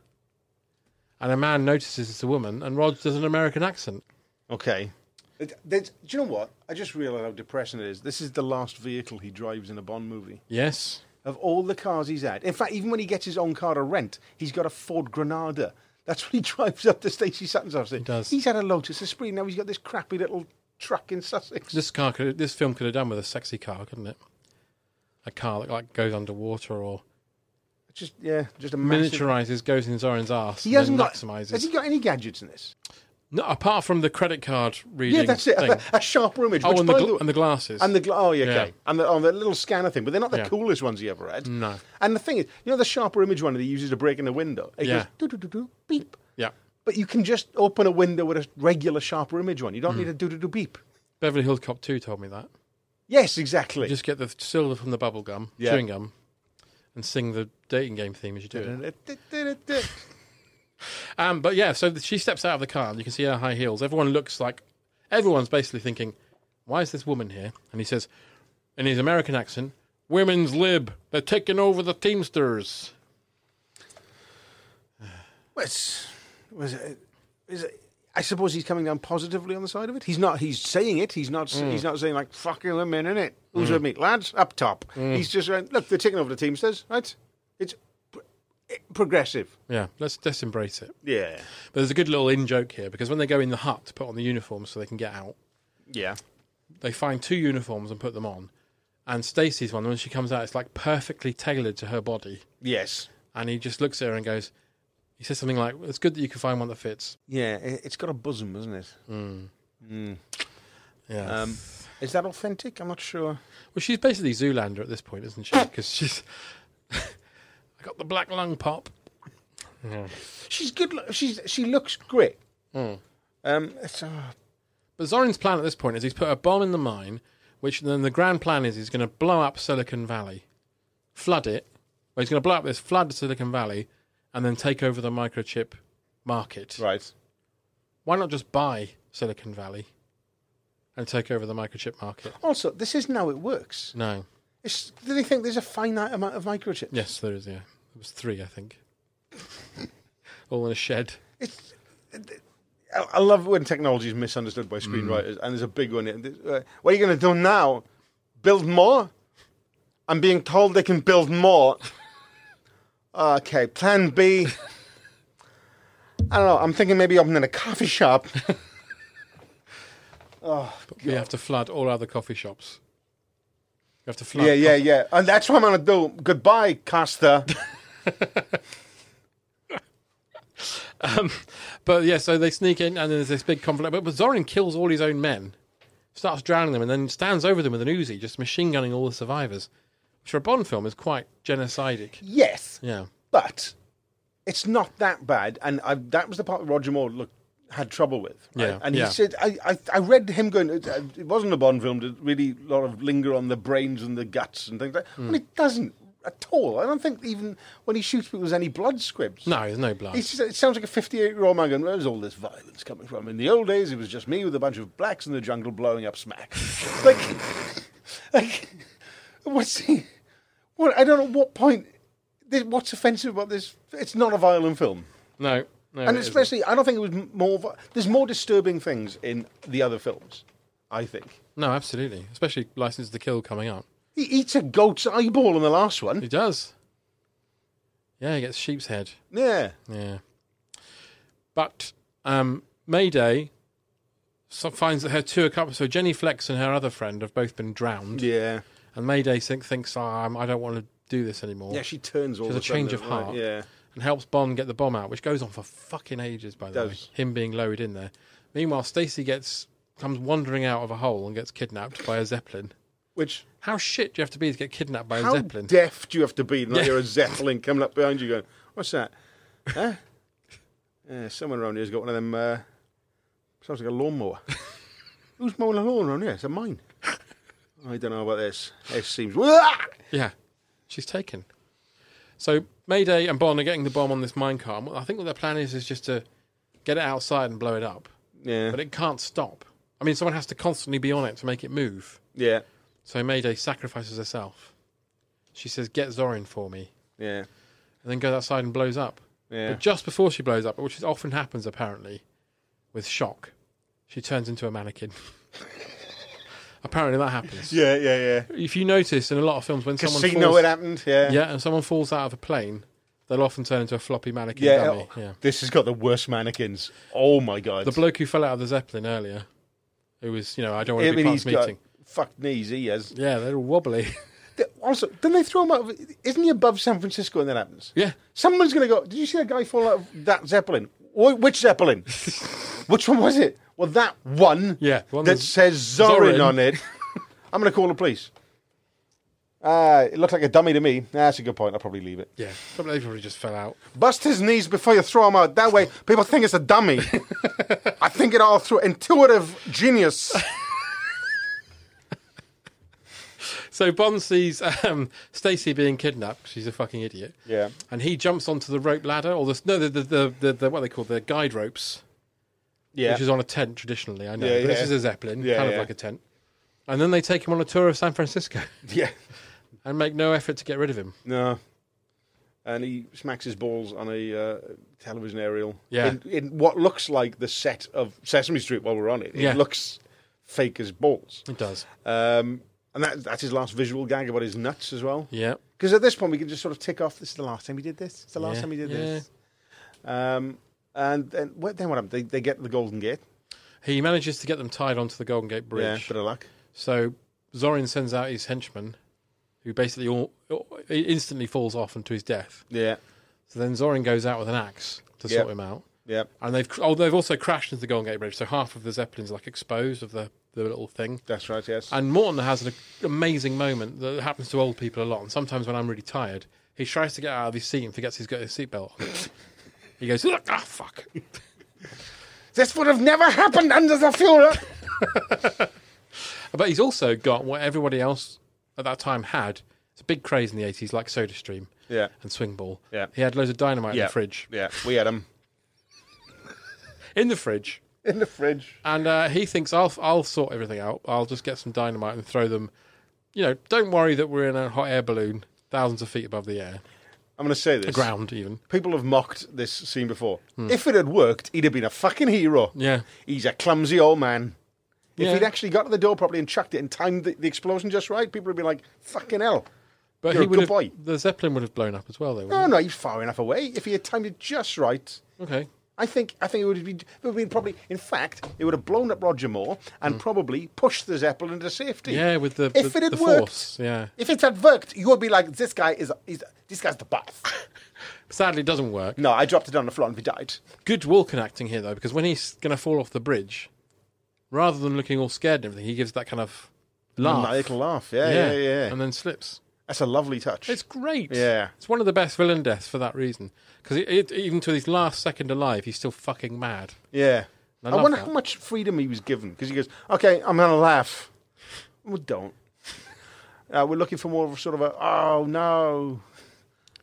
Speaker 4: and a man notices it's a woman, and Rod does an American accent.
Speaker 6: Okay. It- there's- do you know what? I just realised how depressing it is. This is the last vehicle he drives in a Bond movie.
Speaker 4: Yes.
Speaker 6: Of all the cars he's had. In fact, even when he gets his own car to rent, he's got a Ford Granada. That's when he drives up to Stacey Sutton's house. He
Speaker 4: does.
Speaker 6: He's had a Lotus Esprit. Now he's got this crappy little truck in Sussex.
Speaker 4: This car, could, this film could have done with a sexy car, couldn't it? A car that like goes underwater or
Speaker 6: Just yeah, just a massive...
Speaker 4: miniaturizes, goes in Zorin's arse.
Speaker 6: He
Speaker 4: and
Speaker 6: hasn't
Speaker 4: then
Speaker 6: got.
Speaker 4: maximizes.
Speaker 6: Has he got any gadgets in this?
Speaker 4: No, apart from the credit card reading.
Speaker 6: yeah, that's it.
Speaker 4: Thing.
Speaker 6: A sharper image.
Speaker 4: Oh,
Speaker 6: which,
Speaker 4: and the,
Speaker 6: by
Speaker 4: gl-
Speaker 6: way-
Speaker 4: and the glasses.
Speaker 6: And the gla- oh, yeah, okay.
Speaker 4: Yeah.
Speaker 6: And the, oh, the little scanner thing, but they're not the
Speaker 4: Yeah.
Speaker 6: coolest ones you ever had.
Speaker 4: No.
Speaker 6: And the thing is, you know, the sharper image one that he uses to break in a window. It
Speaker 4: Yeah.
Speaker 6: goes do do do do beep.
Speaker 4: Yeah.
Speaker 6: But you can just open a window with a regular sharper image one. You don't need
Speaker 4: Hmm.
Speaker 6: a do do do beep.
Speaker 4: Beverly Hills Cop 2 told me that.
Speaker 6: Yes, exactly.
Speaker 4: You just get the silver from the bubble gum,
Speaker 6: Yeah.
Speaker 4: chewing gum, and sing the dating game theme as you do it. Um, but yeah, so she steps out of the car and you can see her high heels. Everyone looks like everyone's basically thinking, "Why is this woman here?" And he says, in his American accent, "Women's lib. They're taking over the Teamsters."
Speaker 6: Was, was it, is it, I suppose he's coming down positively on the side of it. He's not. He's saying it. He's not. s
Speaker 4: Mm.
Speaker 6: He's not saying like "fucking them in it." Who's
Speaker 4: Mm.
Speaker 6: with me, lads? Up top.
Speaker 4: Mm.
Speaker 6: He's just going, look. They're taking over the Teamsters, right? It's pro- progressive.
Speaker 4: Yeah, let's just embrace it.
Speaker 6: Yeah.
Speaker 4: But there's a good little in joke here because when they go in the hut to put on the uniforms so they can get out,
Speaker 6: Yeah.
Speaker 4: they find two uniforms and put them on. And Stacy's one, when she comes out, it's like perfectly tailored to her body.
Speaker 6: Yes.
Speaker 4: And he just looks at her and goes, he says something like, "It's good that you can find one that fits."
Speaker 6: Yeah. i- It's got a bosom, isn't it?
Speaker 4: Mm.
Speaker 6: Mm.
Speaker 4: Yeah.
Speaker 6: Um, is that authentic? I'm not sure.
Speaker 4: Well, she's basically Zoolander at this point, isn't she? Because she's. I got the black lung pop.
Speaker 6: She's good. lo- She's she looks great.
Speaker 4: Mm.
Speaker 6: Um, it's, uh,
Speaker 4: But Zorin's plan at this point is he's put a bomb in the mine, which then the grand plan is he's going to blow up Silicon Valley, flood it. Well, he's going to blow up this, flood Silicon Valley, and then take over the microchip market.
Speaker 6: right.
Speaker 4: Why not just buy Silicon Valley and take over the microchip market?
Speaker 6: Also, this isn't how it works.
Speaker 4: No.
Speaker 6: It's, do they think there's a finite amount of microchips?
Speaker 4: Yes, there is, yeah. There was three, I think. All in a shed.
Speaker 6: I I love when technology is misunderstood by screenwriters, and there's a big one. here. Uh, What are you going to do now? Build more? I'm being told they can build more. okay, plan B. I don't know. I'm thinking maybe opening a coffee shop. oh,
Speaker 4: We have to flood all other coffee shops. We have to flood.
Speaker 6: yeah, yeah, yeah. And that's what I'm going to do. Goodbye, Costa.
Speaker 4: Um, but yeah, so they sneak in, and then there's this big conflict. But, but Zorin kills all his own men, starts drowning them, and then stands over them with an Uzi, just machine gunning all the survivors. Which for a Bond film is quite genocidic.
Speaker 6: yes.
Speaker 4: Yeah.
Speaker 6: But it's not that bad, and I, that was the part Roger Moore looked had trouble with.
Speaker 4: Yeah,
Speaker 6: and he
Speaker 4: yeah.
Speaker 6: said, I, I, I read him going, it, uh, it wasn't a Bond film to really a lot of linger on the brains and the guts and things like that.
Speaker 4: Hmm.
Speaker 6: And it doesn't at all. I don't think even when he shoots people, there's any blood squibs.
Speaker 4: No, there's no blood.
Speaker 6: It's just- it sounds like a 58 year old man going, Where's all this violence coming from? In the old days, it was just me with a bunch of blacks in the jungle blowing up smack. like, like, what's he. What, I don't know what point. This, what's offensive about this? It's not a violent film.
Speaker 4: No, no.
Speaker 6: and
Speaker 4: it isn't.
Speaker 6: especially, I don't think it was m- more. vi- There's more disturbing things in the other films, I think.
Speaker 4: No, absolutely. Especially License to Kill coming up.
Speaker 6: He eats a goat's eyeball in the last one.
Speaker 4: He does. Yeah, he gets sheep's head.
Speaker 6: Yeah.
Speaker 4: Yeah. But um, Mayday so- finds that her two accomplices, so Jenny Flex and her other friend, have both been drowned.
Speaker 6: Yeah.
Speaker 4: And Mayday think, thinks, oh, I'm- I don't want to do this anymore.
Speaker 6: Yeah, she turns all
Speaker 4: Oh. She has
Speaker 6: the
Speaker 4: a change of heart.
Speaker 6: Yeah.
Speaker 4: And helps Bond get the bomb out, which goes on for fucking ages, by the way.
Speaker 6: Does.
Speaker 4: Him being lowered in there. Meanwhile, Stacy gets comes wandering out of a hole and gets kidnapped by a zeppelin.
Speaker 6: Which
Speaker 4: How shit do you have to be to get kidnapped by
Speaker 6: How
Speaker 4: a zeppelin?
Speaker 6: deaf do you have to be to not
Speaker 4: Yeah.
Speaker 6: hear a zeppelin coming up behind you going, what's that? huh? Yeah, someone around here's got one of them, uh, sounds like a lawnmower. Who's mowing the lawn around here? Is it mine? I don't know about this. This seems...
Speaker 4: Yeah, she's taken. So Mayday and Bond are getting the bomb on this minecart. And what- I think what their plan is is just to get it outside and blow it up.
Speaker 6: Yeah.
Speaker 4: But it can't stop. I mean, someone has to constantly be on it to make it move.
Speaker 6: Yeah.
Speaker 4: So Mayday sacrifices herself. She says, "Get Zorin for me."
Speaker 6: Yeah.
Speaker 4: And then goes outside and blows up.
Speaker 6: Yeah.
Speaker 4: But just before she blows up, which is often happens apparently, with shock, she turns into a mannequin. apparently that happens.
Speaker 6: Yeah, yeah, yeah.
Speaker 4: If you notice in a lot of films when someone
Speaker 6: Casino,
Speaker 4: falls,
Speaker 6: it happened, yeah.
Speaker 4: yeah, and someone falls out of a plane, they'll often turn into a floppy mannequin
Speaker 6: Yeah,
Speaker 4: dummy.
Speaker 6: oh,
Speaker 4: Yeah.
Speaker 6: This has got the worst mannequins. Oh my god.
Speaker 4: The bloke who fell out of the zeppelin earlier, who was you know I don't want
Speaker 6: I
Speaker 4: to be
Speaker 6: mean,
Speaker 4: part
Speaker 6: he's
Speaker 4: of the meeting.
Speaker 6: got fucked knees. He has.
Speaker 4: Yeah, they're all wobbly.
Speaker 6: Also, didn't they throw him out? Of, isn't he above San Francisco when that happens?
Speaker 4: Yeah.
Speaker 6: Someone's going to go. Did you see that guy fall out of that zeppelin? Wh- Which zeppelin? Which one was it? Well, that one.
Speaker 4: Yeah, one
Speaker 6: that
Speaker 4: that's-
Speaker 6: says Zorin,
Speaker 4: Zorin.
Speaker 6: on it. I'm going to call the police. Ah, it looked like a dummy to me. Nah, that's a good point. I'll probably leave it.
Speaker 4: Yeah, probably, they probably just fell out.
Speaker 6: Bust his knees before you throw him out. That way, people think it's a dummy. I think it all through intuitive genius.
Speaker 4: So Bond sees um, Stacy being kidnapped. She's a fucking idiot.
Speaker 6: Yeah.
Speaker 4: and he jumps onto the rope ladder or the no the the the, the, the what are they call the guide ropes.
Speaker 6: Yeah.
Speaker 4: which is on a tent traditionally. I know
Speaker 6: Yeah,
Speaker 4: but this
Speaker 6: yeah.
Speaker 4: is a zeppelin,
Speaker 6: Yeah,
Speaker 4: kind
Speaker 6: yeah.
Speaker 4: of like a tent. And then they take him on a tour of San Francisco.
Speaker 6: Yeah.
Speaker 4: and make no effort to get rid of him.
Speaker 6: No. And he smacks his balls on a uh, television aerial.
Speaker 4: Yeah.
Speaker 6: In, in what looks like the set of Sesame Street while we're on it. It
Speaker 4: Yeah.
Speaker 6: looks fake as balls.
Speaker 4: It does.
Speaker 6: Um, and that, that's his last visual gag about his nuts as well.
Speaker 4: Yeah.
Speaker 6: Because at this point, we can just sort of tick off this is the last time he did this. It's the last
Speaker 4: Yeah.
Speaker 6: time he did
Speaker 4: Yeah.
Speaker 6: this. Um, and then what, then what happened? They, they get to the Golden Gate.
Speaker 4: He manages to get them tied onto the Golden Gate Bridge.
Speaker 6: Yeah, bit of luck.
Speaker 4: So Zorin sends out his henchman, who basically all, he instantly falls off and to his death.
Speaker 6: Yeah.
Speaker 4: So then Zorin goes out with an axe to
Speaker 6: Yep.
Speaker 4: sort him out.
Speaker 6: Yep.
Speaker 4: And they've oh they've also crashed into the Golden Gate Bridge, so half of the zeppelins like exposed of the, the little thing.
Speaker 6: That's right, yes.
Speaker 4: And Morton has an amazing moment that happens to old people a lot. And sometimes when I'm really tired, he tries to get out of his seat and forgets he's got his seatbelt. on. he goes, "Look, ah, fuck.
Speaker 6: This would have never happened under the Fuhrer.
Speaker 4: But he's also got what everybody else at that time had. It's a big craze in the 80s, like Soda Stream
Speaker 6: Yeah.
Speaker 4: and Swing Ball.
Speaker 6: Yeah.
Speaker 4: He had loads of dynamite in
Speaker 6: Yeah.
Speaker 4: the fridge.
Speaker 6: Yeah. We had him
Speaker 4: In the fridge.
Speaker 6: in the fridge.
Speaker 4: And uh, he thinks, I'll, I'll sort everything out. I'll just get some dynamite and throw them. You know, don't worry that we're in a hot air balloon, thousands of feet above the air,
Speaker 6: I'm going to say this.
Speaker 4: the ground even.
Speaker 6: People have mocked this scene before.
Speaker 4: Hmm.
Speaker 6: If it had worked, he'd have been a fucking hero.
Speaker 4: Yeah.
Speaker 6: He's a clumsy old man. If
Speaker 4: Yeah.
Speaker 6: he'd actually got to the door properly and chucked it and timed the, the explosion just right, people would be like, fucking hell.
Speaker 4: But
Speaker 6: You're
Speaker 4: he
Speaker 6: a
Speaker 4: would
Speaker 6: good
Speaker 4: have,
Speaker 6: boy.
Speaker 4: The Zeppelin would have blown up as well, though.
Speaker 6: No,
Speaker 4: wouldn't
Speaker 6: no, he's far enough away. If he had timed it just right,
Speaker 4: it? Okay.
Speaker 6: I think I think it would have been, it would have been probably, in fact, it would have blown up Roger Moore and probably pushed the Zeppelin into safety.
Speaker 4: Hmm. Yeah, with the,
Speaker 6: If
Speaker 4: the,
Speaker 6: it had
Speaker 4: the
Speaker 6: worked.
Speaker 4: force. Yeah.
Speaker 6: If it had worked, you would be like, this guy is, is this guy's the boss.
Speaker 4: Sadly, it doesn't work.
Speaker 6: no, I dropped it on the floor and we died.
Speaker 4: Good Walken acting here, though, because when he's going to fall off the bridge, rather than looking all scared and everything, he gives that kind of laugh.
Speaker 6: Maniacal laugh. Yeah, yeah, yeah.
Speaker 4: And then slips.
Speaker 6: That's a lovely touch.
Speaker 4: It's great.
Speaker 6: Yeah.
Speaker 4: It's one of the best villain deaths for that reason. Because even to his last second alive, he's still fucking mad.
Speaker 6: Yeah.
Speaker 4: I
Speaker 6: I,
Speaker 4: love
Speaker 6: wonder
Speaker 4: that.
Speaker 6: how much freedom he was given because he goes, okay, I'm going to laugh. Well, don't. Uh, we're looking for more of a sort of a, oh, no.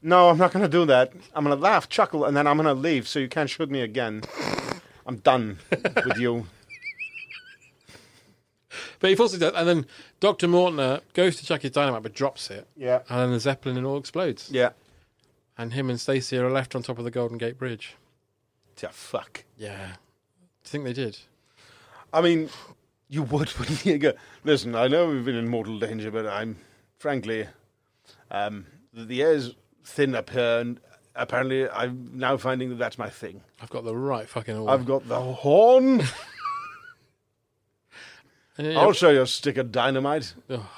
Speaker 6: No, I'm not going to do that. I'm going to laugh, chuckle, and then I'm going to leave so you can't shoot me again. I'm done with you.
Speaker 4: But he falls to death, and then Dr. Mortner goes to check his dynamite but drops it.
Speaker 6: Yeah.
Speaker 4: And then the Zeppelin and all explodes.
Speaker 6: Yeah.
Speaker 4: And him and Stacy are left on top of the Golden Gate Bridge.
Speaker 6: To fuck.
Speaker 4: Yeah. I think they did.
Speaker 6: I mean, you would, wouldn't you? Go, Listen, I know we've been in mortal danger, but I'm frankly, um, the- the air's thin up here, and apparently I'm now finding that that's my thing.
Speaker 4: I've got the right fucking order.
Speaker 6: I've got the horn.
Speaker 4: And, you know,
Speaker 6: I'll show you a stick of dynamite.
Speaker 4: Ugh. Oh.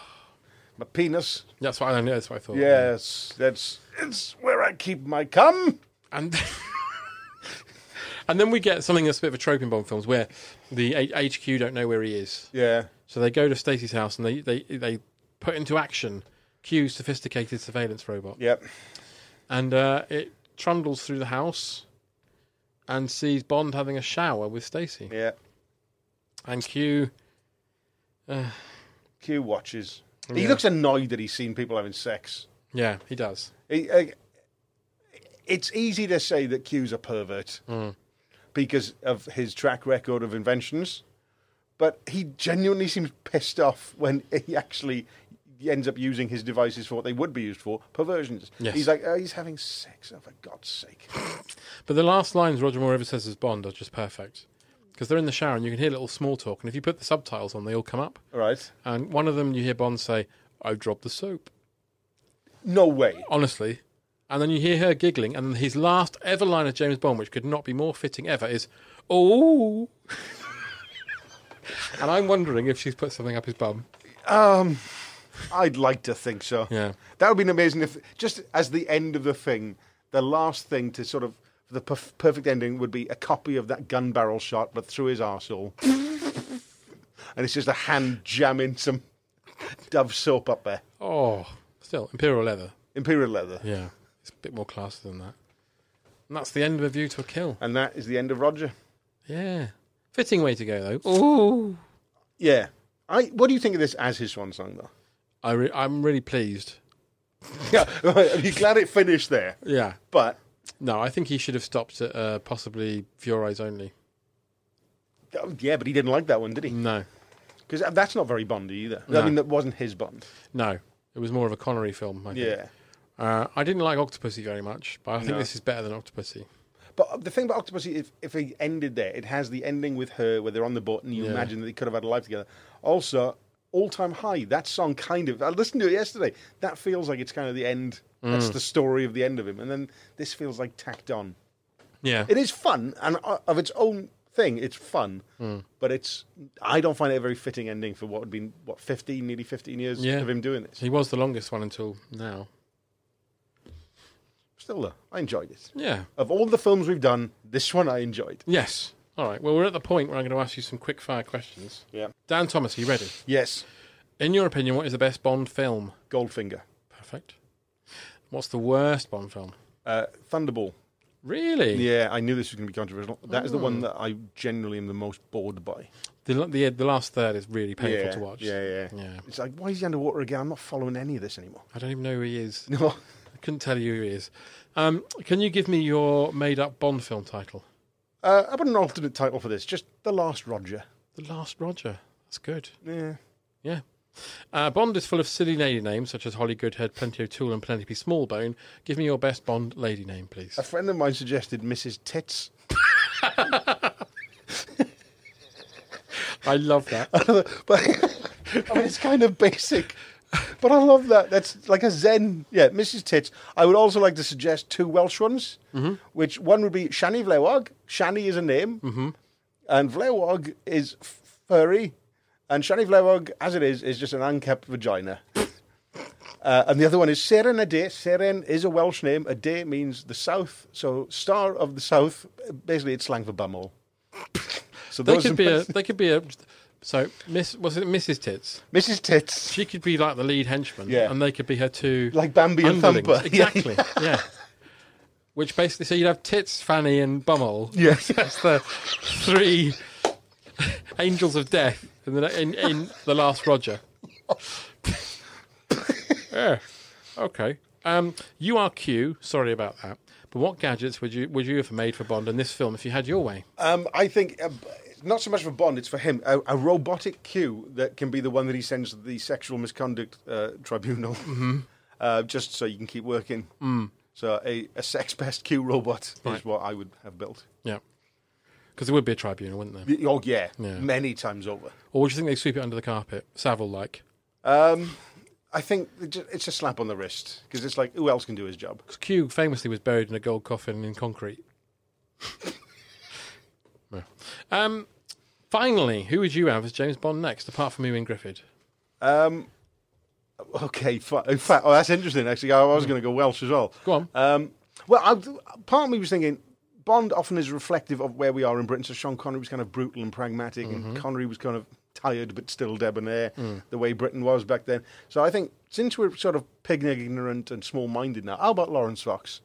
Speaker 6: My penis.
Speaker 4: that's what I know. That's what I thought.
Speaker 6: Yes, that's it's where I keep my cum.
Speaker 4: And and then we get something that's a bit of a trope in Bond films where the H- HQ don't know where he is,
Speaker 6: Yeah,
Speaker 4: so they go to Stacy's house and they they they put into action Q's sophisticated surveillance robot,
Speaker 6: yep.
Speaker 4: and uh, it trundles through the house and sees Bond having a shower with Stacy,
Speaker 6: Yeah.
Speaker 4: and Q
Speaker 6: Q watches. He
Speaker 4: Yeah.
Speaker 6: looks annoyed that he's seen people having sex.
Speaker 4: yeah he does
Speaker 6: He, I, it's easy to say that Q's a pervert because of his track record of inventions, but he genuinely seems pissed off when he actually ends up using his devices for what they would be used for perversions.
Speaker 4: Yes.
Speaker 6: He's like, oh, he's having sex. Oh, for God's sake.
Speaker 4: But the last lines Roger Moore ever says as Bond are just perfect because they're in the shower and you can hear little small talk. And if you put the subtitles on, they all come up.
Speaker 6: Right.
Speaker 4: And one of them you hear Bond say, I've dropped the soap.
Speaker 6: No way.
Speaker 4: Honestly. And then you hear her giggling. And his last ever line of James Bond, which could not be more fitting ever, is, Oh. and I'm wondering if she's put something up his bum.
Speaker 6: Um, I'd like to think so.
Speaker 4: Yeah.
Speaker 6: That would be amazing if, just as the end of the thing, the last thing to sort of, the perf- perfect ending would be a copy of that gun barrel shot, but through his arsehole. and it's just a hand jamming some dove soap up there.
Speaker 4: Oh, still, Imperial Leather.
Speaker 6: Imperial leather.
Speaker 4: Yeah. It's a bit more classy than that. And that's the end of A View to a Kill.
Speaker 6: And that is the end of Roger.
Speaker 4: Yeah. Fitting way to go, though. Ooh.
Speaker 6: Yeah. I, what do you think of this as his swan song, though?
Speaker 4: I re- I'm really pleased.
Speaker 6: Yeah, Are you glad it finished there?
Speaker 4: Yeah.
Speaker 6: But
Speaker 4: No, I think he should have stopped at uh, possibly Your Eyes Only.
Speaker 6: oh, yeah, but he didn't like that one, did he?
Speaker 4: No.
Speaker 6: Because that's not very Bondy either. I
Speaker 4: No.
Speaker 6: mean, that wasn't his Bond.
Speaker 4: No. It was more of a Connery film, I think.
Speaker 6: Yeah.
Speaker 4: Uh, I didn't like Octopussy very much, but I think
Speaker 6: No.
Speaker 4: this is better than Octopussy.
Speaker 6: But uh, the thing about Octopussy, if if it ended there, it has the ending with her where they're on the boat, and you
Speaker 4: Yeah.
Speaker 6: imagine that they could have had a life together. Also, all time high. That song kind of. I listened to it yesterday. That feels like it's kind of the end. That's
Speaker 4: Mm.
Speaker 6: the story of the end of him, and then this feels like tacked on.
Speaker 4: Yeah.
Speaker 6: It is fun, and o- of its own thing, it's fun.
Speaker 4: Mm.
Speaker 6: But it's. I don't find it a very fitting ending for what would be what fifteen, nearly fifteen years
Speaker 4: Yeah.
Speaker 6: of him doing this.
Speaker 4: He was the longest one until now.
Speaker 6: Still though, I enjoyed it.
Speaker 4: Yeah.
Speaker 6: Of all the films we've done, this one I enjoyed.
Speaker 4: Yes. All right. Well, we're at the point where I'm going to ask you some quick fire questions.
Speaker 6: Yeah.
Speaker 4: Dan Thomas, are you ready?
Speaker 6: Yes.
Speaker 4: In your opinion, what is the best Bond film?
Speaker 6: Goldfinger.
Speaker 4: Perfect. What's the worst Bond film?
Speaker 6: Uh, Thunderball.
Speaker 4: Really?
Speaker 6: Yeah, I knew this was going to be controversial. That is the
Speaker 4: Oh.
Speaker 6: one that I generally am the most bored by.
Speaker 4: The, the, the last third is really painful
Speaker 6: yeah,
Speaker 4: to watch.
Speaker 6: Yeah, yeah,
Speaker 4: Yeah.
Speaker 6: It's like, why is he underwater again? I'm not following any of this anymore.
Speaker 4: I don't even know who he is.
Speaker 6: No.
Speaker 4: I couldn't tell you who he is. Um, can you give me your made up Bond film title?
Speaker 6: Uh, I put an alternate title for this, just The Last Roger.
Speaker 4: The Last Roger. That's good.
Speaker 6: Yeah.
Speaker 4: Yeah. Uh, Bond is full of silly lady names such as Holly Goodhead, Plenty O'Toole, and Plenty P. Smallbone. Give me your best Bond lady name, please.
Speaker 6: A friend of mine suggested Mrs. Tits.
Speaker 4: I love that.
Speaker 6: but I mean, it's kind of basic. But I love that. That's like a zen. Yeah, Mrs. Tits. I would also like to suggest two Welsh ones,
Speaker 4: Mm-hmm.
Speaker 6: which one would be Shani Vlewog. Shani is a name,
Speaker 4: Mm-hmm.
Speaker 6: and Vlewog is f- furry, and Shani Vlewog, as it is, is just an unkept vagina. Uh, and the other one is Seren Ade. Seren is a Welsh name. Ade means the south, so star of the south. Basically, it's slang for bumhole. So
Speaker 4: they
Speaker 6: those
Speaker 4: could
Speaker 6: are
Speaker 4: be
Speaker 6: my-
Speaker 4: a. They could be a. So Miss was it Mrs. Tits?
Speaker 6: Mrs. Tits.
Speaker 4: She could be like the lead henchman,
Speaker 6: Yeah.
Speaker 4: and they could be her two
Speaker 6: Like Bambi and
Speaker 4: underlings.
Speaker 6: Thumper.
Speaker 4: Exactly. yeah. Which basically, so you'd have Tits, Fanny, and Bumhole.
Speaker 6: Yes.
Speaker 4: That's the three angels of death in the in, in the last Roger. yeah. Okay. Um, you are Q. Sorry about that. But what gadgets would you would you have made for Bond in this film if you had your way?
Speaker 6: Um, I think uh, b- not so much for Bond; it's for him. A, a robotic cue that can be the one that he sends to the sexual misconduct uh, tribunal, uh, just so you can keep working.
Speaker 4: Mm-hmm. Mm.
Speaker 6: So a, a sex pest cue robot
Speaker 4: Right.
Speaker 6: is what I would have built.
Speaker 4: Yeah. Because there would be a tribunal, wouldn't there?
Speaker 6: Y- Oh yeah,
Speaker 4: Yeah.
Speaker 6: many times over.
Speaker 4: Or would you think they sweep it under the carpet, Savile like?
Speaker 6: Um, I think it ju- it's a slap on the wrist because it's like who else can do his job?
Speaker 4: Because Q famously was buried in a gold coffin in concrete. No. um, finally, who would you have as James Bond next, apart from Ewan Griffith?
Speaker 6: Um, okay, fi- in fact, oh, that's interesting. Actually, I was going to go Welsh as well.
Speaker 4: Go on.
Speaker 6: Um, well, I, part of me was thinking Bond often is reflective of where we are in Britain. So Sean Connery was kind of brutal and pragmatic,
Speaker 4: Mm-hmm.
Speaker 6: and Connery was kind of tired but still debonair,
Speaker 4: Mm.
Speaker 6: the way Britain was back then. So I think since we're sort of pig ignorant and small minded now, how about Lawrence Fox?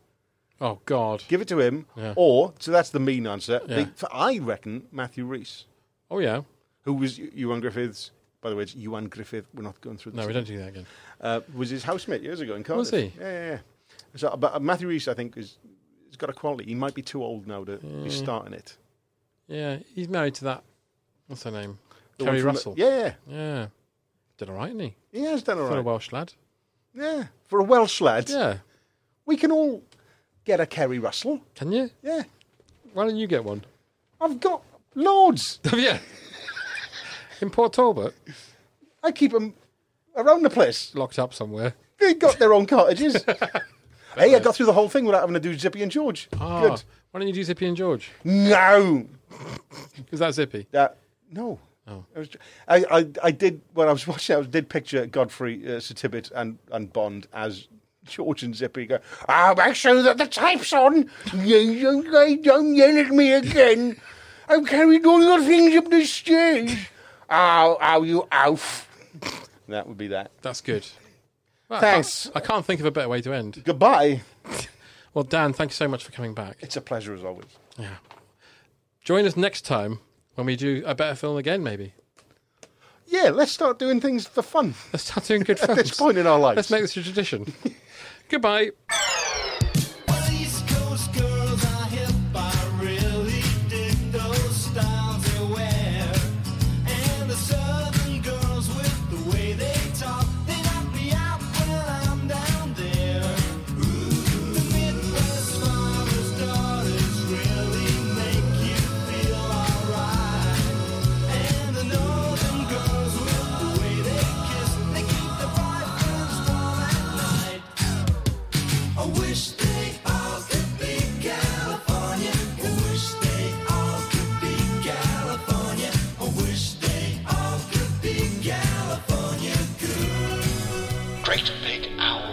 Speaker 4: Oh, God.
Speaker 6: Give it to him,
Speaker 4: Yeah.
Speaker 6: or so that's the mean answer.
Speaker 4: Yeah.
Speaker 6: The- I reckon Matthew Reese,
Speaker 4: Oh, yeah.
Speaker 6: who was Ewan Griffiths. By the way, it's Ewan Griffith. We're not going through. This
Speaker 4: No, we don't do that again.
Speaker 6: uh, was his housemate years ago in Cardiff.
Speaker 4: Was he?
Speaker 6: Yeah, yeah. yeah. So, but Matthew Reese, uh, I think, is he's got a quality. He might be too old now to be
Speaker 4: Yeah.
Speaker 6: starting it.
Speaker 4: Yeah, he's married to that. What's her name?
Speaker 6: The one
Speaker 4: Kerry
Speaker 6: from the-
Speaker 4: Russell.
Speaker 6: yeah,
Speaker 4: yeah, yeah. Did all right, didn't he?
Speaker 6: He has done all
Speaker 4: For a
Speaker 6: right.
Speaker 4: Welsh lad.
Speaker 6: Yeah, for a Welsh lad.
Speaker 4: Yeah.
Speaker 6: We can all get a Kerry Russell.
Speaker 4: Can you?
Speaker 6: Yeah.
Speaker 4: Why don't you get one?
Speaker 6: I've got loads.
Speaker 4: yeah. In Port Talbot,
Speaker 6: I keep them around the place.
Speaker 4: locked up somewhere.
Speaker 6: They got their own cottages. hey, I got through the whole thing without having to do Zippy and George.
Speaker 4: Ah,
Speaker 6: Good.
Speaker 4: Why don't you do Zippy and George?
Speaker 6: No.
Speaker 4: Is that Zippy?
Speaker 6: That no.
Speaker 4: Oh.
Speaker 6: I, was, I, I I did when I was watching. I was- did picture Godfrey uh, Sir Tibbet and and Bond as George and Zippy go. I'll make sure that the type's on. You, you, they don't yell at me again. I'm carrying all your things up the stairs. Ow, ow, you oaf. That would be that.
Speaker 4: That's good. Well,
Speaker 6: Thanks.
Speaker 4: I can't, I can't think of a better way to end.
Speaker 6: Goodbye.
Speaker 4: Well, Dan, thank you so much for coming back.
Speaker 6: It's a pleasure as always.
Speaker 4: Yeah. Join us next time when we do a better film again, maybe.
Speaker 6: Yeah, let's start doing things for fun.
Speaker 4: Let's start doing good films.
Speaker 6: At this point in our lives.
Speaker 4: Let's make this a tradition. Goodbye.
Speaker 9: East Coast girls are hip. I really dig those styles they wear. And the Southern girls with the way they talk, they knock me out when I'm down there. Ooh, the Midwest farmers' daughters really make you feel alright. And the Northern girls with the way they kiss, they keep the boyfriends warm at night. I wish they all could be California. I wish they all could be California. I wish they all could be California. Good.
Speaker 3: Great Big Owl.